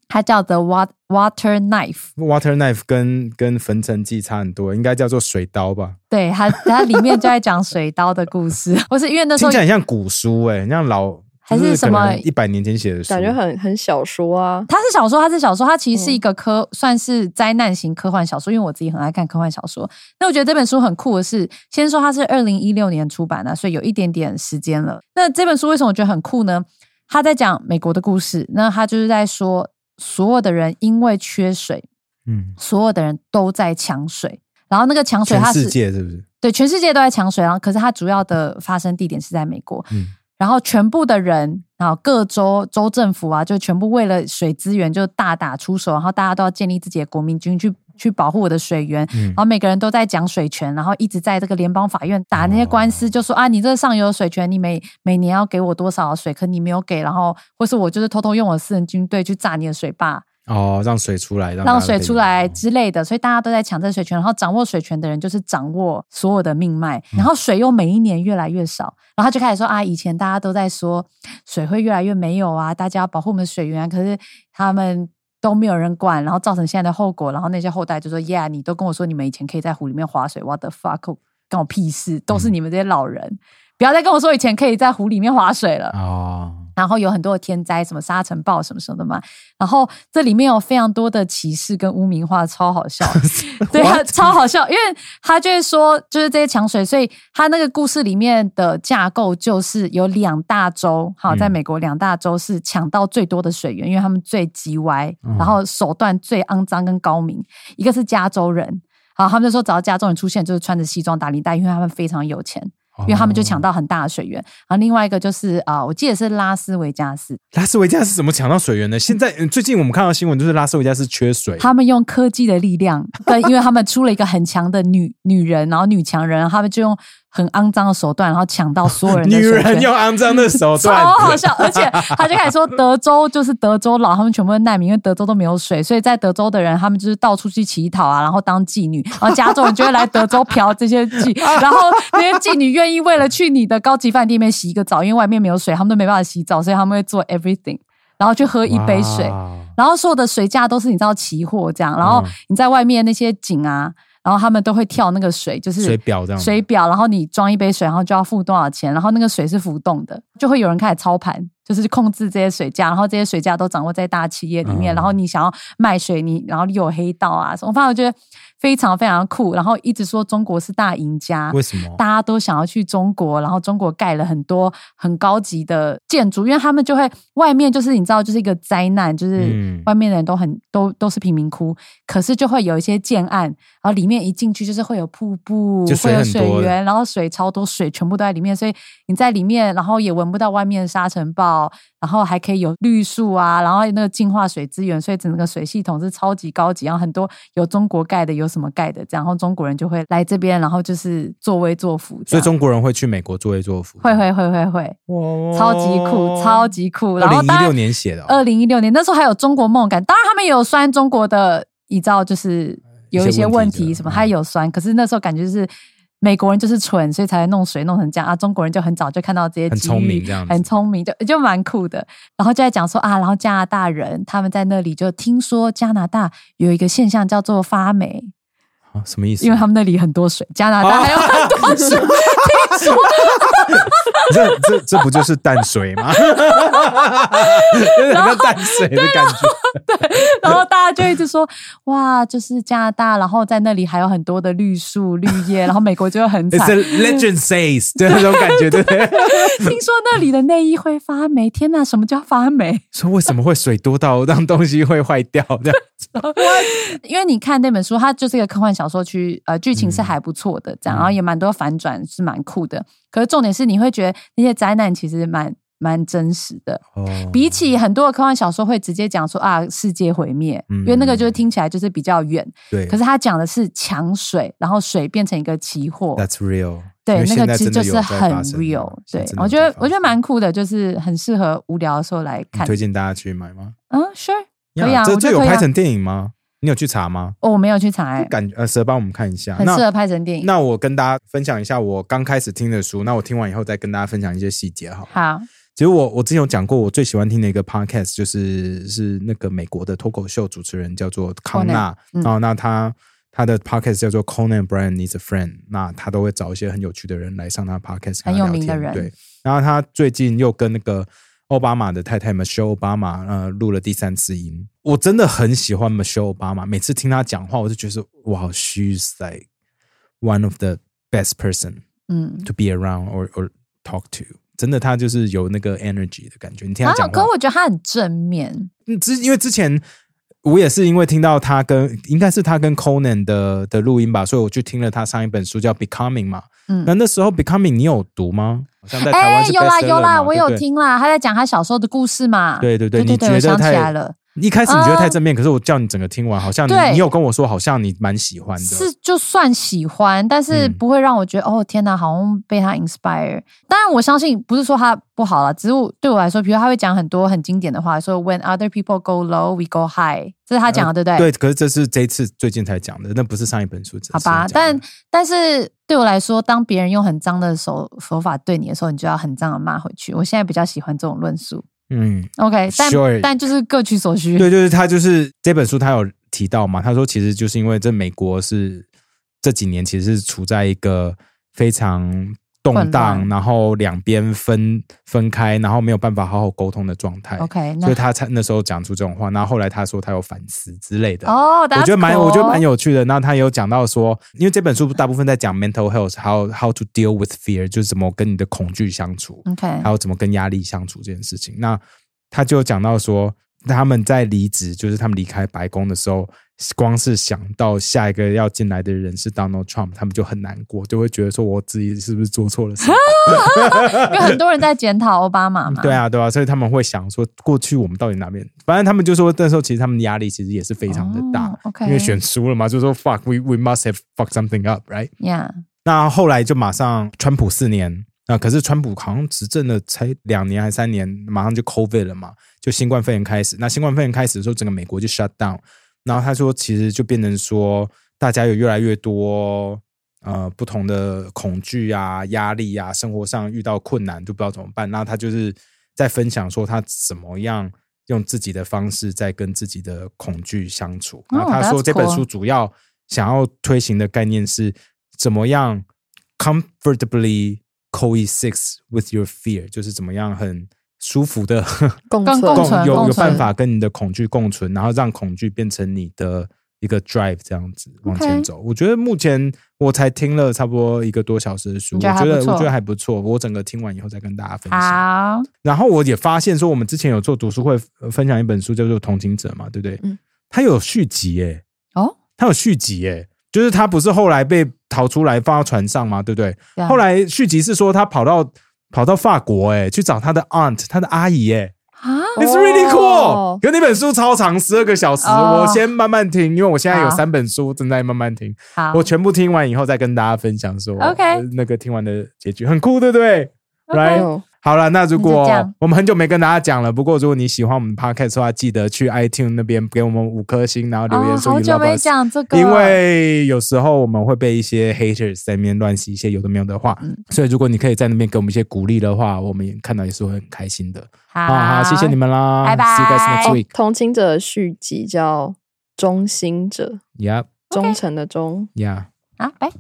它叫《The Wat- Water Knife》。 Water Knife 跟跟焚城记差很多，应该叫做水刀吧？对它，它里面就在讲水刀的故事。 我是因为那时听候起来很像古书哎、很像老还是什么一百年前写的书，感觉很很小说啊。它是小说，它是小说，它其实是嗯一个科，算是灾难型科幻小说。因为我自己很爱看科幻小说，那我觉得这本书很酷的是，先说它是二零一六年出版的，所以有一点点时间了。那这本书为什么我觉得很酷呢？他在讲美国的故事，那他就是在说，所有的人因为缺水，嗯，所有的人都在抢水，然后那个抢水全哦它世是界是不是？对全世界都在抢水，然后可是它主要的发生地点是在美国，嗯然后全部的人，然后各州州政府啊，就全部为了水资源就大打出手，然后大家都要建立自己的国民军去去保护我的水源，嗯然，后每个人都在讲水权，然后一直在这个联邦法院打那些官司，哦就说啊，你这上游水权，你每每年要给我多少水，可你没有给，然后或是我就是偷偷用我私人军队去炸你的水坝，哦，让水出来，让让让水出来之类的，所以大家都在抢占水权。然后掌握水权的人就是掌握所有的命脉，然后水又每一年越来越少，然后他就开始说啊，以前大家都在说水会越来越没有啊，大家要保护我们的水源啊，可是他们。都没有人管，然后造成现在的后果，然后那些后代就说：“Yeah，你都跟我说你们以前可以在湖里面划水，What the fuck，干我屁事，都是你们这些老人，不要再跟我说以前可以在湖里面划水了。”哦，然后有很多的天灾，什么沙尘暴什么什么的嘛。然后这里面有非常多的歧视跟污名化，超好 笑。对他 What？超好笑，因为他就会说，就是这些抢水，所以他那个故事里面的架构就是有两大洲，好，嗯在美国两大洲是抢到最多的水源，因为他们最叽歪嗯，然后手段最肮脏跟高明，一个是加州人。好，他们就说只要加州人出现，就是穿着西装打领带，因为他们非常有钱，因为他们就抢到到很大的水源。然后另外一个就是啊、我记得是拉斯维加斯，拉斯维加斯怎么抢到水源呢？现在嗯最近我们看到新闻，就是拉斯维加斯缺水，他们用科技的力量， 跟因为他们出了一个很强的女女人，然后女强人，他们就用很肮脏的手段，然后抢到所有人的 女水人权。用肮脏的手超段，好笑，而且他就开始说德州就是德州佬，他们全部是难民，因为德州都没有水，所以在德州的人他们就是到处去乞讨啊，然后当妓女，然后加州人就会来德州嫖这些妓，然后那些妓女愿意为了去你的高级饭店里面洗一个澡，因为外面没有水，他们都没办法洗澡，所以他们会做 everything，然后去喝一杯水。哇然后所有的水价都是你知道期货这样，然后嗯你在外面那些井啊，然后他们都会跳那个水，就是水表这样子水表，然后你装一杯水，然后就要付多少钱，然后那个水是浮动的，就会有人开始操盘，就是控制这些水价，然后这些水价都掌握在大企业里面，嗯然后你想要卖水，你然后又有黑道啊什么，反正我觉得非常非常酷，然后一直说中国是大赢家，为什么？大家都想要去中国，然后中国盖了很多很高级的建筑，因为他们就会外面就是你知道就是一个灾难，就是嗯外面的人都很都都是贫民窟，可是就会有一些建案，然后里面一进去就是会有瀑布就，会水有很多水源，然后水超多，水全部都在里面，所以你在里面，然后也闻不到外面的沙尘暴，然后还可以有绿树啊，然后那个净化水资源，所以整个水系统是超级高级，然后很多有中国盖的，有什么盖的，这样然后中国人就会来这边，然后就是作威作福这所以样，中国人会去美国作威作福，会会会会会，哇，超级酷，超级酷。然哦二后零一当然，六呃年写的哦、二零一六年那时候还有中国梦感，当然他们也有酸中国的遗照，就是有一一些些问问题的题什么，嗯他有酸。可是那时候感觉就是美国人就是蠢，所以才会弄水弄成这样啊。中国人就很早就看到这些很机聪遇明这样子很聪明，就就蛮酷的。然后就在讲说啊，然后加拿大人他们在那里就听说加拿大有一个现象叫做发霉，啊什么意思？因为他们那里很多水，加拿大还有很多水。这 这这不就是淡水 吗？有点像淡水的啊感觉。然后大家就一直说，哇，就是加拿大，然后在那里还有很多的绿树绿 叶，然后美国就会很 It's 惨 a。legend says，对那种感觉，对不对？ 听说那里的内衣会发霉，天哪，什么叫发霉？说为什么会水多到让东西会坏掉？这样 因为你看那本书，它就是一个科幻小说区，呃，剧情是还不错的，这样，嗯然后也蛮多反转，是蛮酷的。可是重点是，你会觉得那些灾难其实蛮蛮真实的。哦比起很多的科幻小说会直接讲说啊世界毁灭，嗯因为那个就是听起来就是比较远。对，可是他讲的是抢水，然后水变成一个期货， That's real，因对为，那现个在其实真就的是有在很发生 real 嘛。现对在真，我的有觉在得发我觉得生蛮酷的，就是很适合无聊的时候来你看。推荐大家去买吗？嗯，sure，可以呀啊，这我觉这得有可以拍啊。成电影吗？你有去查吗？哦，我没有去查，欸感呃，蛇帮我们看一下，很那适合拍成电影。那我跟大家分享一下我刚开始听的书，那我听完以后再跟大家分享一些细节好了。好，其实我我之前有讲过，我最喜欢听的一个 podcast 就是是那个美国的脱口秀主持人叫做康纳，嗯然后那他他的 podcast 叫做 Conan Brian Needs a Friend，那他都会找一些很有趣的人来上他 podcast，跟很他有聊名的天人对，然后他最近又跟那个奥巴马的太太 Michelle Obama 呃录了第三次音，我真的很喜欢 Michelle Obama，每次听他讲话，我就觉得哇，she's like one of the best person。嗯， to be around or or talk to。真的，他就是有那个 energy 的感觉。你听他啊讲，可话，我觉得他很正面，嗯之因为之前我也是因为听到他跟应该是他跟 Conan 的的录音吧，所以我去听了他上一本书叫《Becoming》嘛。嗯哎那那时候《Becoming》你有读吗？好像在台湾是有啦 bestseller 有啦，嘛我有。对不对听啦，他在讲他小时候的故事嘛。对对对对你觉我得想起太来了，一开始你觉得啊太正面，可是我叫你整个听完，好像你对你有跟我说，好像你蛮喜欢的。是就算喜欢，但是嗯不会让我觉得、哦天哪，好像被他 inspire。当然，我相信不是说他不好了，只是我对我来说，比如他会讲很多很经典的话，说 When other people go low, we go high，这是他讲的，对不对？对，可是这是这一次最近才讲的，那不是上一本书。这是好吧讲，的但但是对我来说，当别人用很脏的手手法对你的时候，你就要很脏的骂回去。我现在比较喜欢这种论述。嗯， OK，但 Sure 但就是各取所需。对，就是他就是这本书他有提到嘛，他说其实就是因为这美国是这几年其实是处在一个非常动混荡，乱然后两边分分开，然后没有办法好好沟通的状态。 OK，那所以他才那时候讲出这种话，然后后来他说他有反思之类的。哦，我觉得蛮，我觉得蛮有。有趣的。那他有讲到说，因为这本书大部分在讲 mental health，还有 how to deal with fear，就是怎么跟你的恐惧相处。 OK，还有怎么跟压力相处这件事情。那他就讲到说，他们在离职，就是他们离开白宫的时候，光是想到下一个要进来的人是 Donald Trump，他们就很难过，就会觉得说我自己是不是做错了什么？因为很多人在检讨奥巴马嘛。对啊，对啊，所以他们会想说，过去我们到底哪边？反正他们就说那时候其实他们压力其实也是非常的大，哦，OK 因为选输了嘛，就说 fuck we we must have fuck something up right。 ，Yeah，那后来就马上川普四年啊、可是川普好像执政了才两年还三年，马上就 COVID 了嘛，就新冠肺炎开始。那新冠肺炎开始的时候，整个美国就 shut down。然后他说，其实就变成说，大家有越来越多呃不同的恐惧啊、压力啊，生活上遇到困难就不知道怎么办。那他就是在分享说他怎么样用自己的方式在跟自己的恐惧相处。那他说哦 that's 这本 cool 书主要想要推行的概念是怎么样 comfortably coexist with your fear，就是怎么样很舒服的共跟存共存有共有存办法跟你的恐惧共存，然后让恐惧变成你的一个 drive，这样子往前走。我觉得目前我才听了差不多一个多小时的书，我你觉得觉得还不错我觉得还不错。我整个听完以后再跟大家分享。好，然后我也发现说，我们之前有做读书会呃分享一本书叫做《同情者》嘛，对不对？嗯它有续集耶、哦，它有续集耶、就是他不是后来被逃出来放到船上嘛，对不对？对啊后来续集是说他跑到跑到法国、欸，去找他的 aunt，他的阿姨、欸，啊， It's really cool 哦。可那本书超长，十二个小时。哦我先慢慢听，因为我现在有好三本书正在慢慢听，好我全部听完以后再跟大家分享说 OK 呃那个听完的结局很酷，对不对 OK ？Right？哎呦，好了，那那如就果这样我们很久没跟大家讲了，不过如果你喜欢我们 podcast 的话，记得去 iTune 那边给我们五颗星，然后留言嗯哦说好你久 love 没 us。讲这个，因为有时候我们会被一些 haters 在那边乱吸一些有的没有的话，嗯所以如果你可以在那边给我们一些鼓励的话，我们也看到也是会很开心的。好好好，谢谢你，们啦，拜拜 See you guys next 哦 week. 同情者的续集叫《忠心者》， Yep, 忠诚的忠。 yeah. 好，拜。